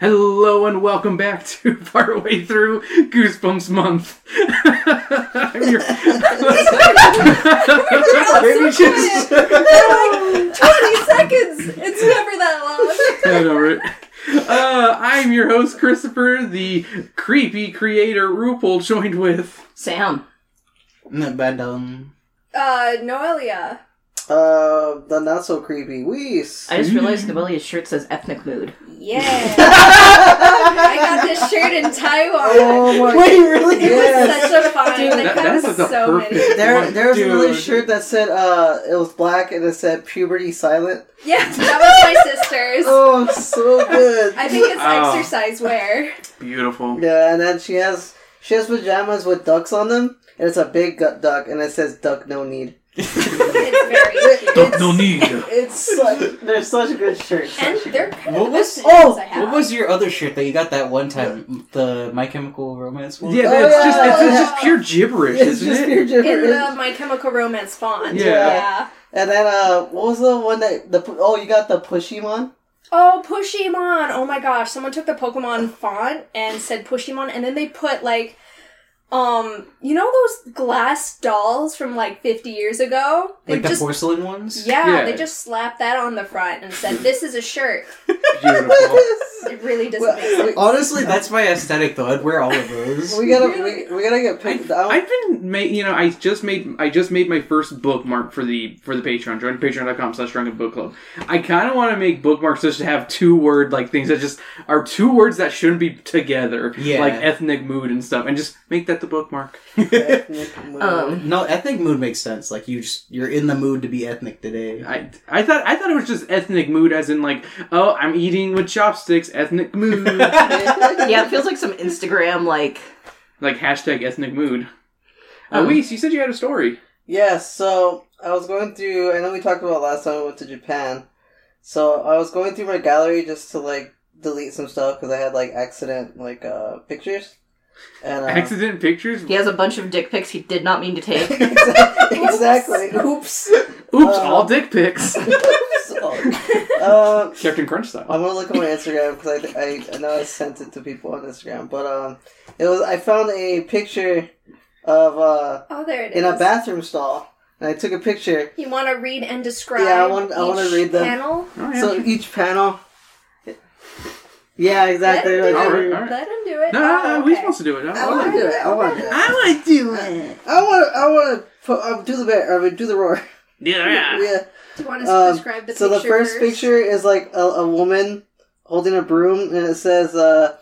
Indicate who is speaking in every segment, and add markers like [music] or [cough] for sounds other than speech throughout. Speaker 1: Hello and welcome back to [laughs] Partway Through Goosebumps Month. I'm your- [laughs] Maybe you should-
Speaker 2: like 20 seconds. It's never that long.
Speaker 1: I know, right? Uh, I'm your host, Christopher, the creepy creator RuPaul, joined with.
Speaker 3: Sam.
Speaker 4: Random.
Speaker 2: Uh, Noelia.
Speaker 4: Uh, the not so creepy. Wees.
Speaker 3: I just realized Noelia's shirt says ethnic mood.
Speaker 2: Yeah. I got this shirt in Taiwan.
Speaker 4: oh my. [laughs] Wait, really?
Speaker 2: It was
Speaker 4: Yes.
Speaker 2: such a find.
Speaker 4: Dude,
Speaker 2: They
Speaker 1: That-
Speaker 2: got
Speaker 1: that's
Speaker 2: us
Speaker 1: the
Speaker 2: so many.
Speaker 1: perfect
Speaker 4: There,
Speaker 1: one,
Speaker 4: there was
Speaker 1: dude.
Speaker 4: another shirt that said uh, it was black and it said puberty silent.
Speaker 2: Yeah, that was my sister's.
Speaker 4: [laughs] Oh, so good.
Speaker 2: I think it's
Speaker 1: Oh.
Speaker 2: exercise wear.
Speaker 1: Beautiful.
Speaker 4: [laughs] Yeah, and then she has she has pajamas with ducks on them, and it's a big gu- duck, and it says "duck no need."
Speaker 2: It's very
Speaker 4: It-
Speaker 2: cute.
Speaker 4: it's-
Speaker 1: need.
Speaker 4: [laughs] It's such, they're such good shirts.
Speaker 2: And they're kind of
Speaker 5: What was-
Speaker 2: the best
Speaker 4: oh,
Speaker 2: ones I have.
Speaker 5: What was your other shirt that you got that one time? The My Chemical Romance one?
Speaker 1: Yeah,
Speaker 4: Oh,
Speaker 1: that's
Speaker 4: yeah.
Speaker 1: just it's, it's just pure gibberish,
Speaker 4: [laughs] It's
Speaker 1: isn't
Speaker 4: just
Speaker 1: it?
Speaker 4: pure
Speaker 2: in
Speaker 4: gibberish.
Speaker 2: the My Chemical Romance font?
Speaker 1: Yeah.
Speaker 4: And then uh, what was the one that the oh you got the Pushymon?
Speaker 2: Oh, Pushymon! Oh my gosh, someone took the Pokemon font and said Pushymon, and then they put like, um, you know those glass dolls from like 50 years ago? They
Speaker 5: Like the
Speaker 2: just,
Speaker 5: porcelain ones?
Speaker 2: yeah,
Speaker 1: Yeah.
Speaker 2: they just slapped that on the front and said, "This is a shirt."
Speaker 1: [laughs]
Speaker 4: [laughs]
Speaker 1: Beautiful.
Speaker 2: It really doesn't make
Speaker 4: Well,
Speaker 2: sense.
Speaker 4: we-
Speaker 5: Honestly, that's my aesthetic though. I'd wear all
Speaker 4: [laughs]
Speaker 5: of those.
Speaker 4: We gotta we, we gotta get picked out.
Speaker 1: I've been ma- you know, I just made I just made my first bookmark for the for the Patreon. Join patreon.com slash drunken book club. I kinda wanna make bookmarks just to have two word like things that just are two words that shouldn't be together.
Speaker 5: Yeah.
Speaker 1: Like ethnic mood and stuff, and just make that the bookmark.
Speaker 3: Um,
Speaker 5: No, ethnic mood makes sense. Like you just you're in the mood to be ethnic today.
Speaker 1: I I thought I thought it was just ethnic mood as in like, oh, I'm eating with chopsticks, ethnic mood.
Speaker 4: [laughs]
Speaker 3: yeah, it feels like some Instagram, like,
Speaker 1: like hashtag ethnic mood.
Speaker 4: Um,
Speaker 1: Uh, Weiss, you said you had a story.
Speaker 4: yeah, so I was going through. I know we talked about last time I went to Japan. So I was going through my gallery just to like delete some stuff because I had like accident like uh pictures. And uh,
Speaker 1: Accident pictures?
Speaker 3: he has a bunch of dick pics he did not mean to
Speaker 2: [laughs]
Speaker 3: take.
Speaker 4: [laughs] [laughs] exactly. Oops.
Speaker 1: Oops,
Speaker 4: Uh,
Speaker 1: all dick
Speaker 4: [laughs]
Speaker 1: pics.
Speaker 4: uh,
Speaker 1: Captain Crunch style.
Speaker 4: I'm gonna look at my Instagram because I, I I know I sent it to people on Instagram, but um, it was I found a picture of uh
Speaker 2: oh, there it is.
Speaker 4: in a bathroom stall, and I took a picture.
Speaker 2: You want to read and describe?
Speaker 4: Yeah, I want- I wanna
Speaker 2: each
Speaker 4: read them.
Speaker 2: Panel.
Speaker 1: Oh, yeah.
Speaker 4: So each panel. Yeah,
Speaker 2: Let him
Speaker 4: exactly.
Speaker 2: do
Speaker 4: like
Speaker 2: it.
Speaker 1: Alright,
Speaker 4: every-
Speaker 1: alright.
Speaker 2: Let him do it.
Speaker 1: No, no, no,
Speaker 2: Oh,
Speaker 1: we're
Speaker 2: okay.
Speaker 1: supposed to do it. I
Speaker 4: I
Speaker 1: don't
Speaker 4: want
Speaker 1: know.
Speaker 4: to do it. I want to.
Speaker 1: want to do it.
Speaker 4: I want to. I want to. Uh, do the bear. I mean, do the roar.
Speaker 1: Oh, Yeah.
Speaker 4: [laughs] Yeah.
Speaker 2: Do you want to
Speaker 4: Um,
Speaker 2: describe the
Speaker 4: so
Speaker 2: picture
Speaker 4: the first
Speaker 2: [laughs]
Speaker 4: picture is like a, a woman holding a broom, and it says, uh,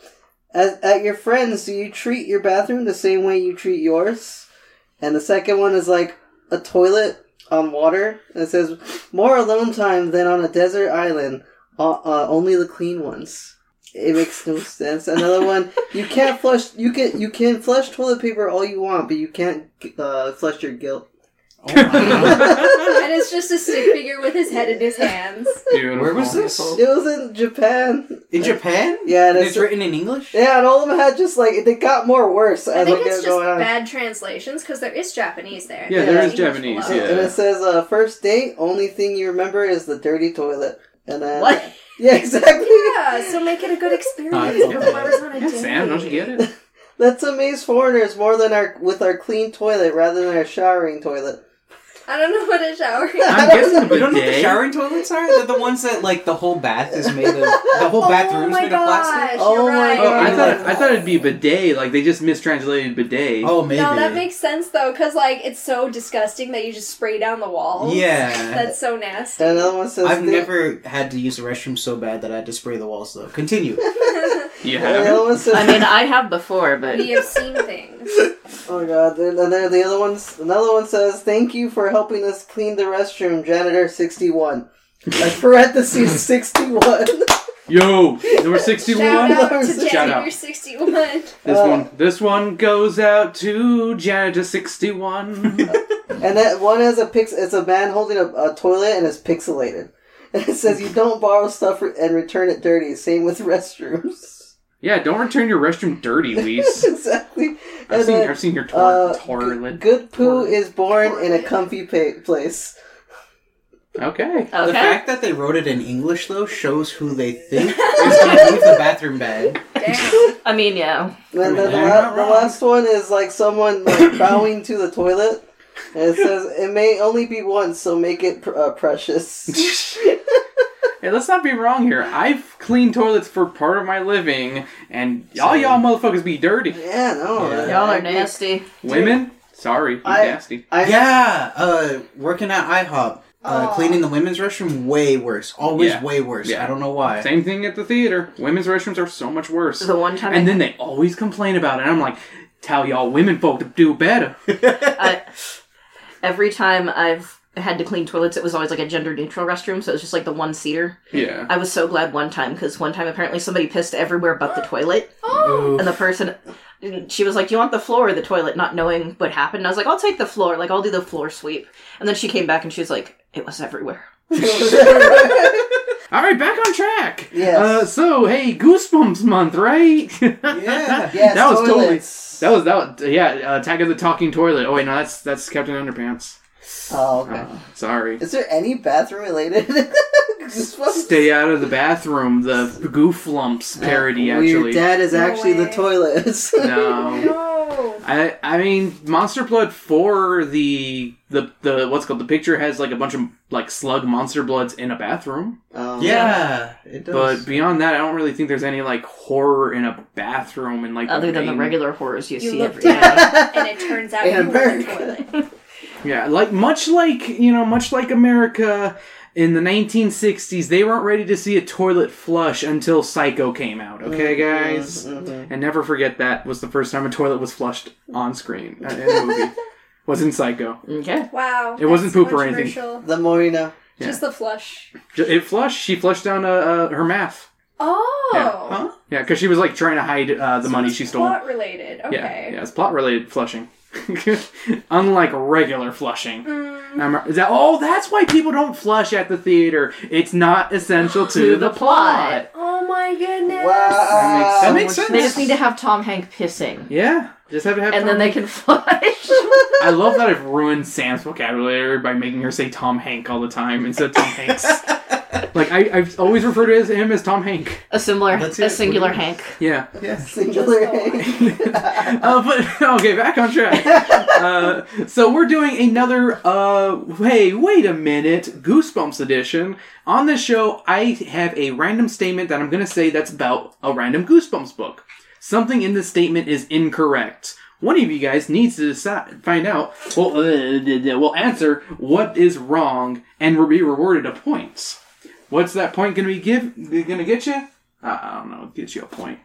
Speaker 4: at, "At your friends, do you treat your bathroom the same way you treat yours?" And the second one is like a toilet on water, and it says, "More alone time than on a desert island. Uh, uh, only the clean ones." It makes no sense. Another one, you can't flush. You can you can flush toilet paper all you want, but you can't uh, flush your guilt.
Speaker 5: Oh my God.
Speaker 2: and it's just a stick figure with his head in his hands.
Speaker 1: Beautiful.
Speaker 5: [laughs] Where was this?
Speaker 4: It was in Japan. [laughs]
Speaker 5: In Japan?
Speaker 4: Yeah,
Speaker 5: And
Speaker 4: that's-
Speaker 5: it's written in English?
Speaker 4: Yeah, and all of them had just like they got more worse
Speaker 2: I
Speaker 4: as
Speaker 2: think
Speaker 4: like
Speaker 2: it's
Speaker 4: it
Speaker 2: just
Speaker 4: going on.
Speaker 2: bad translations because there is Japanese there.
Speaker 1: Yeah,
Speaker 4: there
Speaker 2: There's
Speaker 1: is
Speaker 2: English
Speaker 1: Japanese,
Speaker 2: below. [laughs]
Speaker 1: yeah.
Speaker 4: And it says, uh, first date, only thing you remember is the dirty toilet. And then,
Speaker 3: What?
Speaker 4: [laughs] Yeah, exactly.
Speaker 2: Yeah, so make it a good
Speaker 5: Oh,
Speaker 2: experience.
Speaker 5: it's
Speaker 2: Put whoever's on a
Speaker 1: Yeah,
Speaker 2: date.
Speaker 1: Sam, don't you get it?
Speaker 4: Let's amaze foreigners more than our with our clean toilet rather than our showering toilet.
Speaker 2: I don't know what a shower is. [laughs]
Speaker 1: I'm
Speaker 4: I don't
Speaker 1: guessing a
Speaker 5: You don't know what the
Speaker 1: bidet.
Speaker 5: showering toilets are? They're the ones that like the whole bath is made of the
Speaker 2: [laughs]
Speaker 5: whole
Speaker 2: Oh
Speaker 5: bathroom's
Speaker 2: my
Speaker 5: made of
Speaker 2: gosh,
Speaker 5: plastic?
Speaker 2: you're
Speaker 4: Oh my
Speaker 2: right.
Speaker 1: Oh, I
Speaker 4: Yeah.
Speaker 1: thought I thought it'd be bidet. Like they just mistranslated bidet.
Speaker 5: Oh maybe.
Speaker 2: No, that makes sense though, because like it's so disgusting that you just spray down the walls.
Speaker 5: Yeah.
Speaker 2: That's so nasty. [laughs]
Speaker 4: And another one says,
Speaker 5: I've
Speaker 4: the-
Speaker 5: never had to use the restroom so bad that I had to spray the walls though. Continue.
Speaker 1: You
Speaker 4: and
Speaker 1: have
Speaker 4: the
Speaker 1: it?
Speaker 4: other one says,
Speaker 3: I mean, I have before, but
Speaker 2: we have seen things.
Speaker 4: oh my god. And then the other one's another one says, thank you for helping us clean the restroom, janitor sixty one. Like parentheses sixty one. [laughs]
Speaker 1: Yo, number
Speaker 2: [laughs]
Speaker 1: sixty-one.
Speaker 2: Shout out to
Speaker 4: Shout
Speaker 2: Janitor [laughs]
Speaker 1: out.
Speaker 2: 61.
Speaker 1: This
Speaker 4: Uh,
Speaker 1: one, this one goes out to janitor sixty-one.
Speaker 4: And that one has a pix. It's a man holding a, a toilet and it's pixelated. [laughs] And it says you don't borrow stuff re- and return it dirty. Same with [laughs] restrooms. [laughs]
Speaker 1: yeah, don't return your restroom dirty, Weiss.
Speaker 4: exactly.
Speaker 1: I've
Speaker 4: And
Speaker 1: seen
Speaker 4: then,
Speaker 1: I've seen your tor-
Speaker 4: uh,
Speaker 1: toilet.
Speaker 4: good poo
Speaker 1: Toilet.
Speaker 4: is born in a comfy pa- place.
Speaker 1: Okay.
Speaker 5: The
Speaker 3: Okay.
Speaker 5: fact that they wrote it in English though shows who they think is gonna leave the bathroom bag.
Speaker 2: Damn.
Speaker 3: I mean, yeah.
Speaker 4: Then the,
Speaker 5: They're
Speaker 4: la-
Speaker 5: not
Speaker 4: the
Speaker 5: wrong.
Speaker 4: last one is like
Speaker 1: [coughs]
Speaker 4: someone like bowing to the toilet. And it says, it may only be once, so make it pr- uh,
Speaker 1: [laughs]
Speaker 4: precious.
Speaker 1: Hey, let's not be wrong here. I've cleaned toilets for part of my living, and all
Speaker 5: Same.
Speaker 1: y'all motherfuckers be dirty.
Speaker 4: yeah, no.
Speaker 5: Yeah.
Speaker 3: Y'all
Speaker 4: I-
Speaker 3: are nasty.
Speaker 1: Women, sorry, you
Speaker 4: I-
Speaker 1: nasty.
Speaker 4: I,
Speaker 5: Yeah, uh, working at IHOP, uh,
Speaker 2: Aw.
Speaker 5: cleaning the women's restroom, way worse. Always
Speaker 1: Yeah.
Speaker 5: way worse.
Speaker 1: Yeah.
Speaker 5: I don't know why.
Speaker 1: Same thing at the theater. Women's restrooms are so much worse.
Speaker 3: The one time
Speaker 1: and then they always complain about it. And I'm like, tell y'all women folk to do better.
Speaker 3: I, every time I've had to clean toilets, it was always like a gender neutral restroom, so it was just like the one seater.
Speaker 1: Yeah.
Speaker 3: I was so glad one time because one time apparently somebody pissed everywhere but the toilet,
Speaker 2: oh,
Speaker 3: and the person she was like, "Do you want the floor or the toilet?" Not knowing what happened, and I was like, "I'll take the floor. Like I'll do the floor sweep." And then she came back and she was like, "It was everywhere."
Speaker 1: [laughs] All right, back on track.
Speaker 4: Yes.
Speaker 1: Uh, so hey, Goosebumps month, right? [laughs]
Speaker 5: [laughs]
Speaker 4: [laughs]
Speaker 5: Yeah.
Speaker 4: [laughs] yes,
Speaker 1: That was totally.
Speaker 4: toilets.
Speaker 1: That was that. Was, yeah, uh, Attack of the Talking Toilet. Oh wait, no, that's that's Captain Underpants.
Speaker 4: Oh, okay.
Speaker 1: Uh, sorry.
Speaker 4: Is there any bathroom related? [laughs] Just one-
Speaker 1: Stay out of the bathroom. The Gooflumps parody,
Speaker 4: Well, Your
Speaker 1: actually.
Speaker 4: dad is
Speaker 2: No
Speaker 4: actually the
Speaker 2: way.
Speaker 4: toilets. [laughs]
Speaker 1: No.
Speaker 2: no.
Speaker 1: I I mean Monster Blood for the the the what's it called the picture has like a bunch of like slug monster bloods in a bathroom.
Speaker 4: Um,
Speaker 5: Yeah, it does.
Speaker 1: But [laughs] beyond that, I don't really think there's any like horror in a bathroom and like
Speaker 3: Other than the
Speaker 1: main-
Speaker 3: regular horrors you,
Speaker 2: You
Speaker 3: see every
Speaker 2: looked
Speaker 3: [laughs] day.
Speaker 2: down, and it turns out
Speaker 4: In
Speaker 2: you were in the
Speaker 4: America.
Speaker 2: toilet.
Speaker 1: Yeah, like much like you know, much like America in the 1960s, they weren't ready to see a toilet flush until Psycho came out. Okay, guys,
Speaker 4: Mhm.
Speaker 1: and never forget that was the first time a toilet was flushed on screen uh, in a movie. was in Psycho.
Speaker 3: Okay.
Speaker 2: Wow.
Speaker 1: It wasn't
Speaker 2: that's
Speaker 1: poop or anything.
Speaker 2: controversial.
Speaker 4: [laughs] The more you know.
Speaker 2: Just the flush.
Speaker 1: J- It flushed. She flushed down uh, uh, her math.
Speaker 2: Oh.
Speaker 1: Yeah. Yeah, because she was like trying to hide uh, the money she stole.
Speaker 2: Plot related. Okay.
Speaker 1: Yeah, yeah, it's plot related flushing. [laughs] Unlike regular flushing. Um, is that, oh, that's why people don't flush at the theater. It's not essential to, the, plot.
Speaker 2: Oh my goodness.
Speaker 4: Wow.
Speaker 1: That much
Speaker 5: makes sense.
Speaker 3: They just need to have Tom Hank pissing,
Speaker 1: Yeah, just have to have.
Speaker 3: and then
Speaker 1: Tom
Speaker 3: they [laughs]
Speaker 1: Hanks.
Speaker 3: can flush.
Speaker 1: I love that I've ruined Sam's vocabulary by making her say Tom Hank all the time instead of Tom Hanks. like I, I've always referred to him as Tom Hank.
Speaker 3: [laughs] A similar,
Speaker 5: That's
Speaker 3: a
Speaker 5: it.
Speaker 3: singular Hank.
Speaker 1: Yeah.
Speaker 5: yes.
Speaker 4: Singular. [laughs]
Speaker 1: [laughs] Uh, but okay, back on track. Uh, so we're doing another. Uh, hey, wait a minute, Goosebumps edition. On this show, I have a random statement that I'm going to say that's about a random Goosebumps book. Something in this statement is incorrect. One of you guys needs to decide, find out. Well, uh, will answer what is wrong and will be rewarded a point. What's that point going to be give? Going to get you? Uh, I don't know. Get you a point.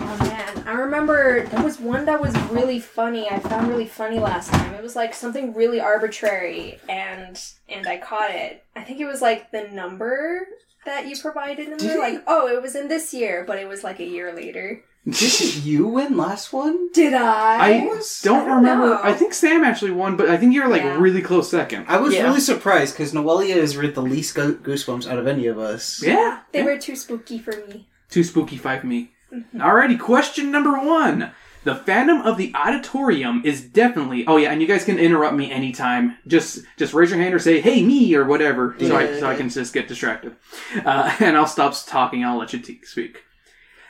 Speaker 2: Oh man, I remember there was one that was really funny. I found really funny last time. It was like something really arbitrary, and and I caught it. I think it was like the number that you provided in there. Like, oh, it was in this year, but it was like a year later.
Speaker 5: Didn't you win last one?
Speaker 2: Did I?
Speaker 1: I don't remember.
Speaker 2: know.
Speaker 1: I think Sam actually won, but I think you're like
Speaker 2: Yeah.
Speaker 1: really close second.
Speaker 5: I was
Speaker 3: Yeah.
Speaker 5: really surprised because Noelia has read the least go- goosebumps out of any of us.
Speaker 1: Yeah.
Speaker 2: They
Speaker 1: yeah.
Speaker 2: were too spooky for me.
Speaker 1: Too spooky five me. Alrighty, question number one. The Phantom of the Auditorium is definitely. Oh yeah, and you guys can interrupt me anytime. Just just raise your hand or say "Hey me" or whatever, so I so I can just get distracted, uh, [laughs] and I'll stop talking. I'll let you t- speak.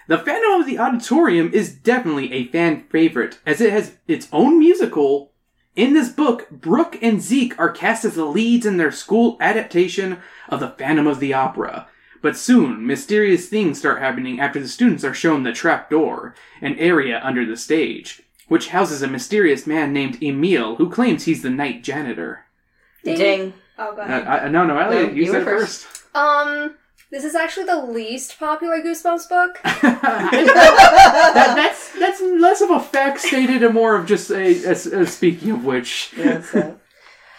Speaker 1: The Phantom of the Auditorium is definitely a fan favorite, as it has its own musical. In this book, Brooke and Zeke are cast as the leads in their school adaptation of The Phantom of the Opera. But soon, mysterious things start happening after the students are shown the trapdoor, an area under the stage, which houses a mysterious man named Emil who claims he's the night janitor.
Speaker 2: Ding.
Speaker 3: Ding.
Speaker 2: Oh
Speaker 1: Uh,
Speaker 2: god.
Speaker 1: I, no, no, Elliot,
Speaker 3: No,
Speaker 1: you,
Speaker 3: you
Speaker 1: said
Speaker 3: were first.
Speaker 1: first.
Speaker 3: [laughs]
Speaker 2: Um, this is actually the least popular Goosebumps book.
Speaker 1: That- that's that's less of a fact stated and more of just a, a- a speaking of which.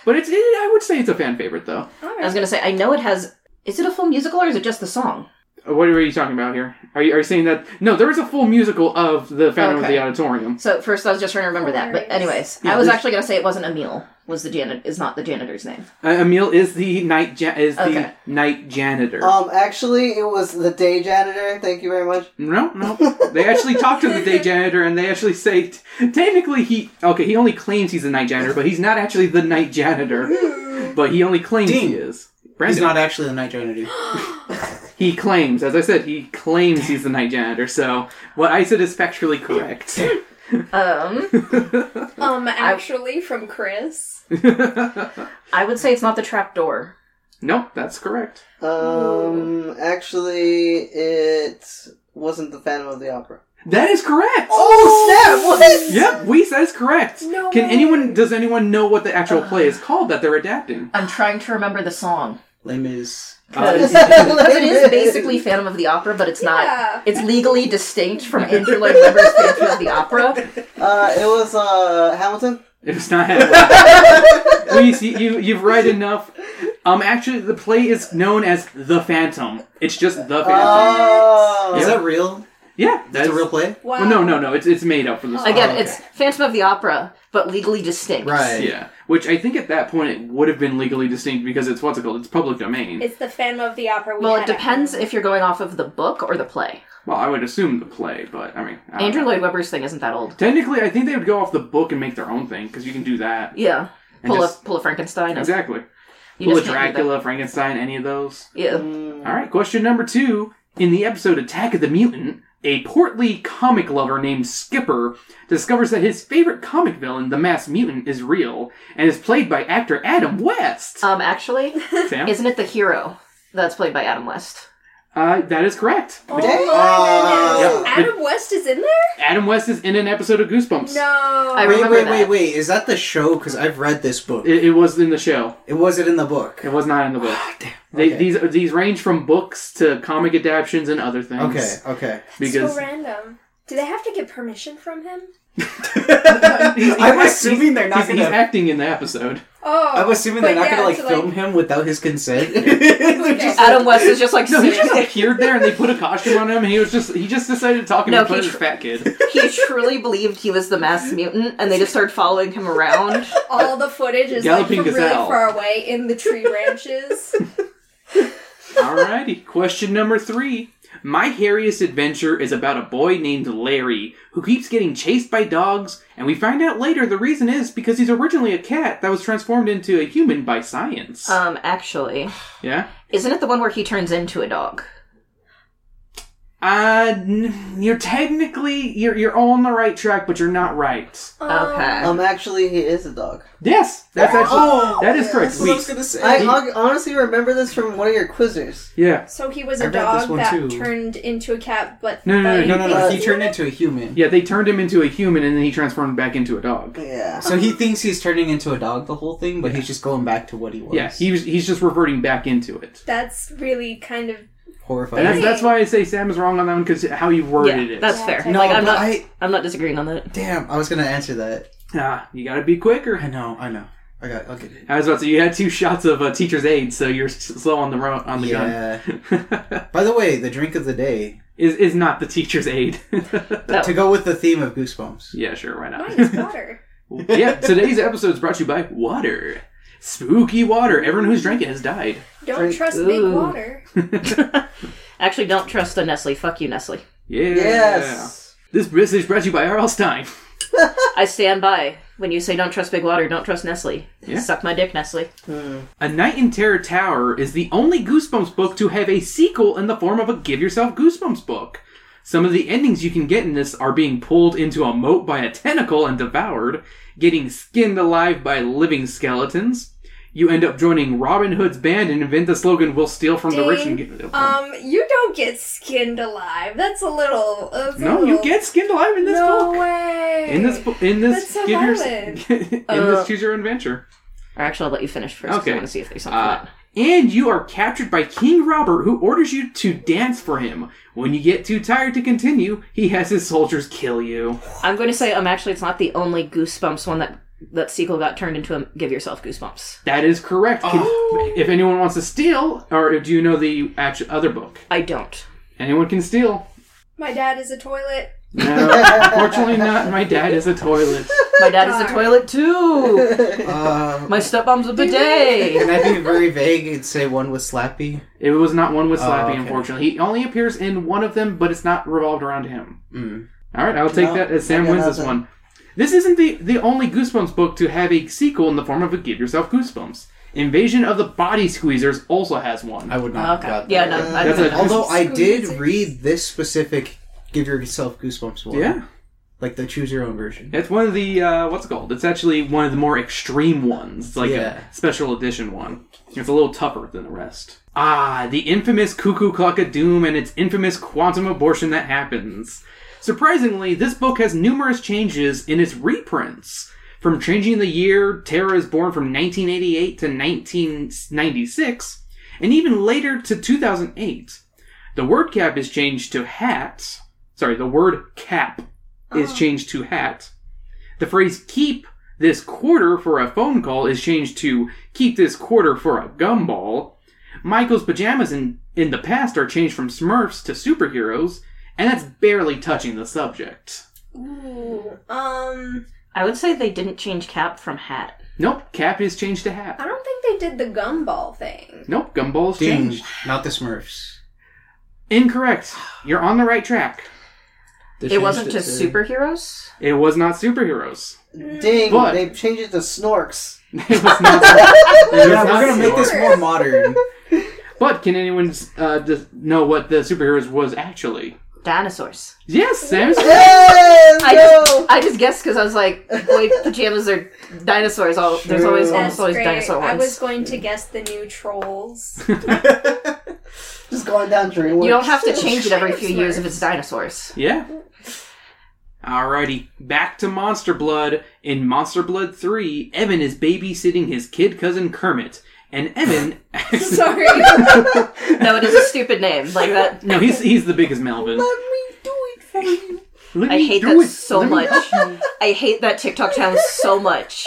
Speaker 1: But it's it, I would say it's a fan favorite though.
Speaker 2: All
Speaker 3: I was
Speaker 2: right.
Speaker 3: gonna say, I know it has. Is it a full musical or is it just the song?
Speaker 1: Uh, What are you talking about here? Are you, are you saying that? No, there is a full musical of the Phantom of
Speaker 3: Okay.
Speaker 1: the Auditorium.
Speaker 3: So at first, I was just trying to remember that. But anyways,
Speaker 1: Yeah,
Speaker 3: I was
Speaker 1: there's-
Speaker 3: actually gonna say it wasn't Emil. Was the janitor is not the janitor's name?
Speaker 1: Uh, Emil is the night ja- is the
Speaker 3: Okay. Oh,
Speaker 1: night janitor.
Speaker 4: um, actually, it was the day janitor. Thank you very much.
Speaker 1: No, no. They actually talk to the day janitor, and they actually say technically he okay. He only claims he's the night janitor, but he's not actually the night janitor. But he only claims
Speaker 5: Ding.
Speaker 1: he is. Brandon.
Speaker 5: He's not actually the night janitor.
Speaker 1: He claims, as I said, he claims he's the night janitor. So what I said is factually correct. [laughs]
Speaker 3: Um,
Speaker 2: Um, actually, from Chris.
Speaker 3: [laughs] I would say it's not the trap door.
Speaker 1: nope, that's correct.
Speaker 4: Um, actually, it wasn't the Phantom of the Opera.
Speaker 1: That is correct. [laughs]
Speaker 4: Oh, snap! [laughs]
Speaker 1: Yep, we says correct.
Speaker 2: No
Speaker 1: Can
Speaker 2: way.
Speaker 1: anyone does anyone know what the actual play is called that they're adapting? Uh,
Speaker 3: I'm trying to remember the song.
Speaker 5: Lame is.
Speaker 3: [laughs] Because it
Speaker 4: [laughs]
Speaker 3: is basically Phantom of the Opera, but it's
Speaker 2: Yeah.
Speaker 3: not. It's legally distinct from Andrew Lloyd Webber's Phantom of the Opera.
Speaker 4: Uh, it was uh Hamilton.
Speaker 1: If it's not
Speaker 5: [laughs]
Speaker 1: Please, you, you you've read enough. Um actually the play is known as The Phantom. It's just The Phantom.
Speaker 4: Oh,
Speaker 5: Is that real?
Speaker 1: yeah,
Speaker 5: That's
Speaker 1: that's
Speaker 5: Uh, a real play.
Speaker 2: Wow.
Speaker 1: Well, no, no, no. It's it's made up for this.
Speaker 3: Again,
Speaker 5: okay.
Speaker 3: it's Phantom of the Opera, but legally distinct.
Speaker 5: Right.
Speaker 1: Yeah, which I think at that point it would have been legally distinct because it's what's it called? It's public domain.
Speaker 2: It's the Phantom of the Opera. We
Speaker 3: Well, it
Speaker 2: had at
Speaker 3: depends
Speaker 2: home.
Speaker 3: if you're going off of the book or the play.
Speaker 1: Well, I would assume the play, but I mean, I don't
Speaker 3: Andrew
Speaker 1: know.
Speaker 3: Lloyd Webber's thing isn't that old.
Speaker 1: Technically, I think they would go off the book and make their own thing because you can do that.
Speaker 3: Yeah.
Speaker 1: And
Speaker 3: Pull
Speaker 1: just-
Speaker 3: a pull a Frankenstein.
Speaker 1: Exactly.
Speaker 3: You
Speaker 1: Pull a
Speaker 3: just can't do
Speaker 1: Dracula, Frankenstein, any of those.
Speaker 3: that. Yeah.
Speaker 4: Mm.
Speaker 1: All right, question number two. In the episode Attack of the Mutant, a portly comic lover named Skipper discovers that his favorite comic villain, the Mass Mutant, is real and is played by actor Adam
Speaker 5: Uh,
Speaker 1: West.
Speaker 3: Um, actually,
Speaker 1: Sam?
Speaker 3: isn't it the hero that's played by
Speaker 1: [laughs]
Speaker 3: Adam West?
Speaker 1: Uh, that is correct.
Speaker 2: Oh my
Speaker 1: Dang.
Speaker 2: goodness! Adam West is in there.
Speaker 1: Adam West is in an episode of Goosebumps.
Speaker 2: No.
Speaker 3: I
Speaker 5: Wait,
Speaker 3: remember
Speaker 5: wait,
Speaker 3: that.
Speaker 5: wait, wait. Is that the show? Because I've read this book. It,
Speaker 1: It, it was in the show.
Speaker 5: was it in the book?
Speaker 1: It was not in the book. They,
Speaker 5: Ah, Okay.
Speaker 1: These these range from books to comic adaptions and other things.
Speaker 5: Okay. Okay.
Speaker 1: Because
Speaker 2: so random. Do they have to get permission from him?
Speaker 1: [laughs] he's,
Speaker 5: I'm
Speaker 1: he's
Speaker 5: assuming they're not
Speaker 1: he's, he's
Speaker 5: gonna.
Speaker 1: acting in the episode.
Speaker 2: Oh,
Speaker 5: I'm assuming
Speaker 2: but
Speaker 5: they're not
Speaker 2: yeah,
Speaker 5: gonna like
Speaker 2: to,
Speaker 5: film him without his consent. [laughs] They're just like-
Speaker 3: Adam West is just like
Speaker 1: No, [laughs] he
Speaker 3: sitting.
Speaker 1: just
Speaker 5: [laughs]
Speaker 1: appeared there and they put a costume on him and he was just he just decided to talk and
Speaker 3: No,
Speaker 1: no, put
Speaker 3: he
Speaker 1: his
Speaker 3: tr-
Speaker 1: fat kid.
Speaker 3: he truly believed he was the mass mutant, and they just started following him
Speaker 1: [laughs]
Speaker 3: around.
Speaker 2: all the footage is like
Speaker 1: Galloping
Speaker 2: from really
Speaker 1: gazelle.
Speaker 2: far away in the
Speaker 5: [laughs]
Speaker 2: tree branches.
Speaker 1: Alrighty. Question number three. My hairiest adventure is about a boy named Larry who keeps getting chased by dogs, and we find out later the reason is because he's originally a cat that was transformed into a human by science.
Speaker 5: Uh.
Speaker 3: Um, actually,
Speaker 1: yeah?
Speaker 3: isn't it the one where he turns into a dog?
Speaker 1: Uh, n- you're technically you're you're on the right track, but you're not right.
Speaker 3: Okay.
Speaker 4: Um, actually, he is a dog.
Speaker 1: Yes, that's actually
Speaker 5: Oh,
Speaker 1: that is correct.
Speaker 5: That's what I was
Speaker 1: Sweet.
Speaker 5: gonna say.
Speaker 4: I hon- honestly remember this from one of your quizzes.
Speaker 1: Yeah,
Speaker 2: So he was
Speaker 5: I
Speaker 2: a
Speaker 5: read this
Speaker 2: dog
Speaker 5: one
Speaker 2: that
Speaker 5: too.
Speaker 2: turned into a cat, but
Speaker 1: No, no, no,
Speaker 2: but
Speaker 5: no, no, no.
Speaker 2: he
Speaker 5: He turned into a human.
Speaker 1: yeah. They turned him into a human, and then he transformed back into a dog.
Speaker 4: Yeah.
Speaker 5: So he thinks he's turning into a dog the whole thing, but he's just going back to what he was.
Speaker 1: Yeah, he was, he's just reverting back into it.
Speaker 2: That's really kind
Speaker 5: [laughs]
Speaker 2: of
Speaker 5: horrifying.
Speaker 1: And that's, that's why I say Sam is wrong on that one because how you worded
Speaker 3: yeah,
Speaker 1: it.
Speaker 3: that's
Speaker 2: Yeah,
Speaker 3: fair.
Speaker 2: No,
Speaker 3: like I'm
Speaker 5: but
Speaker 3: not,
Speaker 5: I-
Speaker 3: I'm not disagreeing on that.
Speaker 5: Damn, I was gonna answer that.
Speaker 1: Ah, you gotta be quicker.
Speaker 5: I know, I know. I got. I'll get it.
Speaker 1: I was about to. You had two shots of uh, teacher's aid, so you're s- slow on the ro- on the
Speaker 5: yeah.
Speaker 1: gun.
Speaker 5: By the way, the drink of the day
Speaker 1: [laughs] is is not the teacher's aid. [laughs]
Speaker 3: No.
Speaker 5: to go with the theme of Goosebumps.
Speaker 1: yeah, sure, why not?
Speaker 2: mine is water.
Speaker 1: [laughs] yeah, today's episode is brought to you by water. Spooky water. Everyone who's drank it has died.
Speaker 2: Don't
Speaker 4: Drink-
Speaker 2: trust big
Speaker 3: Ooh.
Speaker 2: water.
Speaker 3: Actually, don't trust the Nestle. Fuck you, Nestle.
Speaker 1: Yeah.
Speaker 4: Yes.
Speaker 1: This message brought to you by Arlstein.
Speaker 3: I stand by when you say don't trust Big Water, don't trust Nestle.
Speaker 1: Yeah.
Speaker 3: Suck my dick, Nestle.
Speaker 1: A Night in Terror Tower is the only Goosebumps book to have a sequel in the form of a Give Yourself Goosebumps book. Some of the endings you can get in this are being pulled into a moat by a tentacle and devoured, getting skinned alive by living skeletons. You end up joining Robin Hood's band and invent the slogan "We'll steal from the rich and
Speaker 2: Ding.
Speaker 1: give." it up."
Speaker 2: Um, you don't get skinned alive. That's a little. that's a
Speaker 1: no, you
Speaker 2: little-
Speaker 1: get skinned alive in this
Speaker 2: no
Speaker 1: book.
Speaker 2: way.
Speaker 1: In this, bo- in this,
Speaker 2: That's so
Speaker 1: give your,
Speaker 2: violent.
Speaker 1: [laughs] in
Speaker 3: Uh,
Speaker 1: this, choose your own adventure.
Speaker 3: Or actually, I'll let you finish first. 'cause
Speaker 1: Okay.
Speaker 3: I want to see if there's something.
Speaker 1: Uh,
Speaker 3: in it.
Speaker 1: and you are captured by King Robert, who orders you to dance for him. When you get too tired to continue, he has his soldiers kill you.
Speaker 3: I'm going to say, um, actually, it's not the only Goosebumps one that that sequel got turned into. A Give yourself Goosebumps.
Speaker 1: That is correct. Can- If anyone wants to steal, or do you know the actual other book?
Speaker 3: I don't.
Speaker 1: Anyone can steal.
Speaker 2: My dad is a toilet.
Speaker 1: No, unfortunately not. My dad is a toilet.
Speaker 3: My dad is a
Speaker 2: Darn.
Speaker 3: toilet [laughs] too.
Speaker 5: Uh,
Speaker 3: My stepmom's a bidet. [laughs]
Speaker 5: can I be very vague and say one with Slappy?
Speaker 1: It was not one with Slappy,
Speaker 5: okay.
Speaker 1: unfortunately. He only appears in one of them, but it's not revolved around him.
Speaker 5: Mm.
Speaker 1: All right, I'll take
Speaker 4: No,
Speaker 1: that as
Speaker 4: I
Speaker 1: Sam
Speaker 4: got
Speaker 1: wins this
Speaker 4: nothing.
Speaker 1: one. This isn't the, the only Goosebumps book to have a sequel in the form of a Give Yourself Goosebumps. Invasion of the Body Squeezers also has one.
Speaker 5: I would not.
Speaker 3: Oh, Okay.
Speaker 5: have got
Speaker 3: Yeah,
Speaker 5: that.
Speaker 3: no,
Speaker 1: I That's wouldn't. a-
Speaker 5: Although I did
Speaker 2: Squeezers.
Speaker 5: read this specific "Give Yourself Goosebumps" one.
Speaker 1: yeah,
Speaker 5: like the choose your own version.
Speaker 1: it's one of the uh, what's it called? It's actually one of the more extreme ones, It's like
Speaker 5: Yeah.
Speaker 1: a special edition one. It's a little tougher than the rest. Ah, the infamous Cuckoo Clock of Doom and its infamous quantum abortion that happens. Surprisingly, this book has numerous changes in its reprints. From changing the year Terra is born from 1988 to 1996, and even later to 2008. The word cap is changed to hat. Sorry, the word cap is changed to hat. The phrase keep this quarter for a phone call is changed to keep this quarter for a gumball. Michael's pajamas in, in the past are changed from Smurfs to superheroes, and that's barely touching the subject.
Speaker 2: Ooh. Um.
Speaker 3: I would say they didn't change cap from hat.
Speaker 1: Nope, cap is changed to
Speaker 2: I
Speaker 1: hat.
Speaker 2: don't think they did the gumball thing.
Speaker 1: Nope, gumball's
Speaker 5: Ding,
Speaker 1: changed.
Speaker 5: not the Smurfs.
Speaker 1: Incorrect. You're on the right track.
Speaker 5: They
Speaker 3: It wasn't
Speaker 5: changed it
Speaker 3: just
Speaker 5: to-
Speaker 3: superheroes.
Speaker 1: It was not superheroes.
Speaker 4: [laughs]
Speaker 1: [laughs]
Speaker 4: Ding!
Speaker 1: But-
Speaker 4: They changed it to Snorks.
Speaker 1: It was not. it was
Speaker 5: [laughs] Yeah,
Speaker 1: not
Speaker 5: we're gonna make
Speaker 1: superheroes.
Speaker 5: this
Speaker 3: [laughs]
Speaker 5: more modern.
Speaker 1: But can anyone uh, just know what the superheroes was actually?
Speaker 3: Dinosaurs.
Speaker 1: Yes, Sam.
Speaker 4: Yes!
Speaker 3: I
Speaker 4: Go!
Speaker 3: just, I just guessed because I was like, boy, pajamas are dinosaurs. All there's always
Speaker 5: True.
Speaker 3: almost
Speaker 2: That's
Speaker 3: always
Speaker 2: great.
Speaker 3: dinosaur ones.
Speaker 2: I was going to guess the new
Speaker 1: [laughs]
Speaker 2: trolls. [laughs]
Speaker 4: Just going down dream.
Speaker 3: you don't have
Speaker 4: [laughs]
Speaker 3: to change it every few
Speaker 2: Dinosaurs.
Speaker 3: years if it's dinosaurs.
Speaker 1: Yeah. Alrighty, back to Monster Blood. In Monster Blood 3, Evan is babysitting his kid cousin Kermit, and Evan. [laughs]
Speaker 2: Sorry.
Speaker 1: Um,
Speaker 3: No, it is a stupid name like that.
Speaker 1: no, he's he's the biggest Melvin.
Speaker 4: Let me do it for you.
Speaker 1: Let
Speaker 3: I
Speaker 1: me
Speaker 3: hate
Speaker 1: do
Speaker 3: that
Speaker 1: it.
Speaker 3: so
Speaker 1: Let me-
Speaker 3: much. I hate that TikTok challenge so much.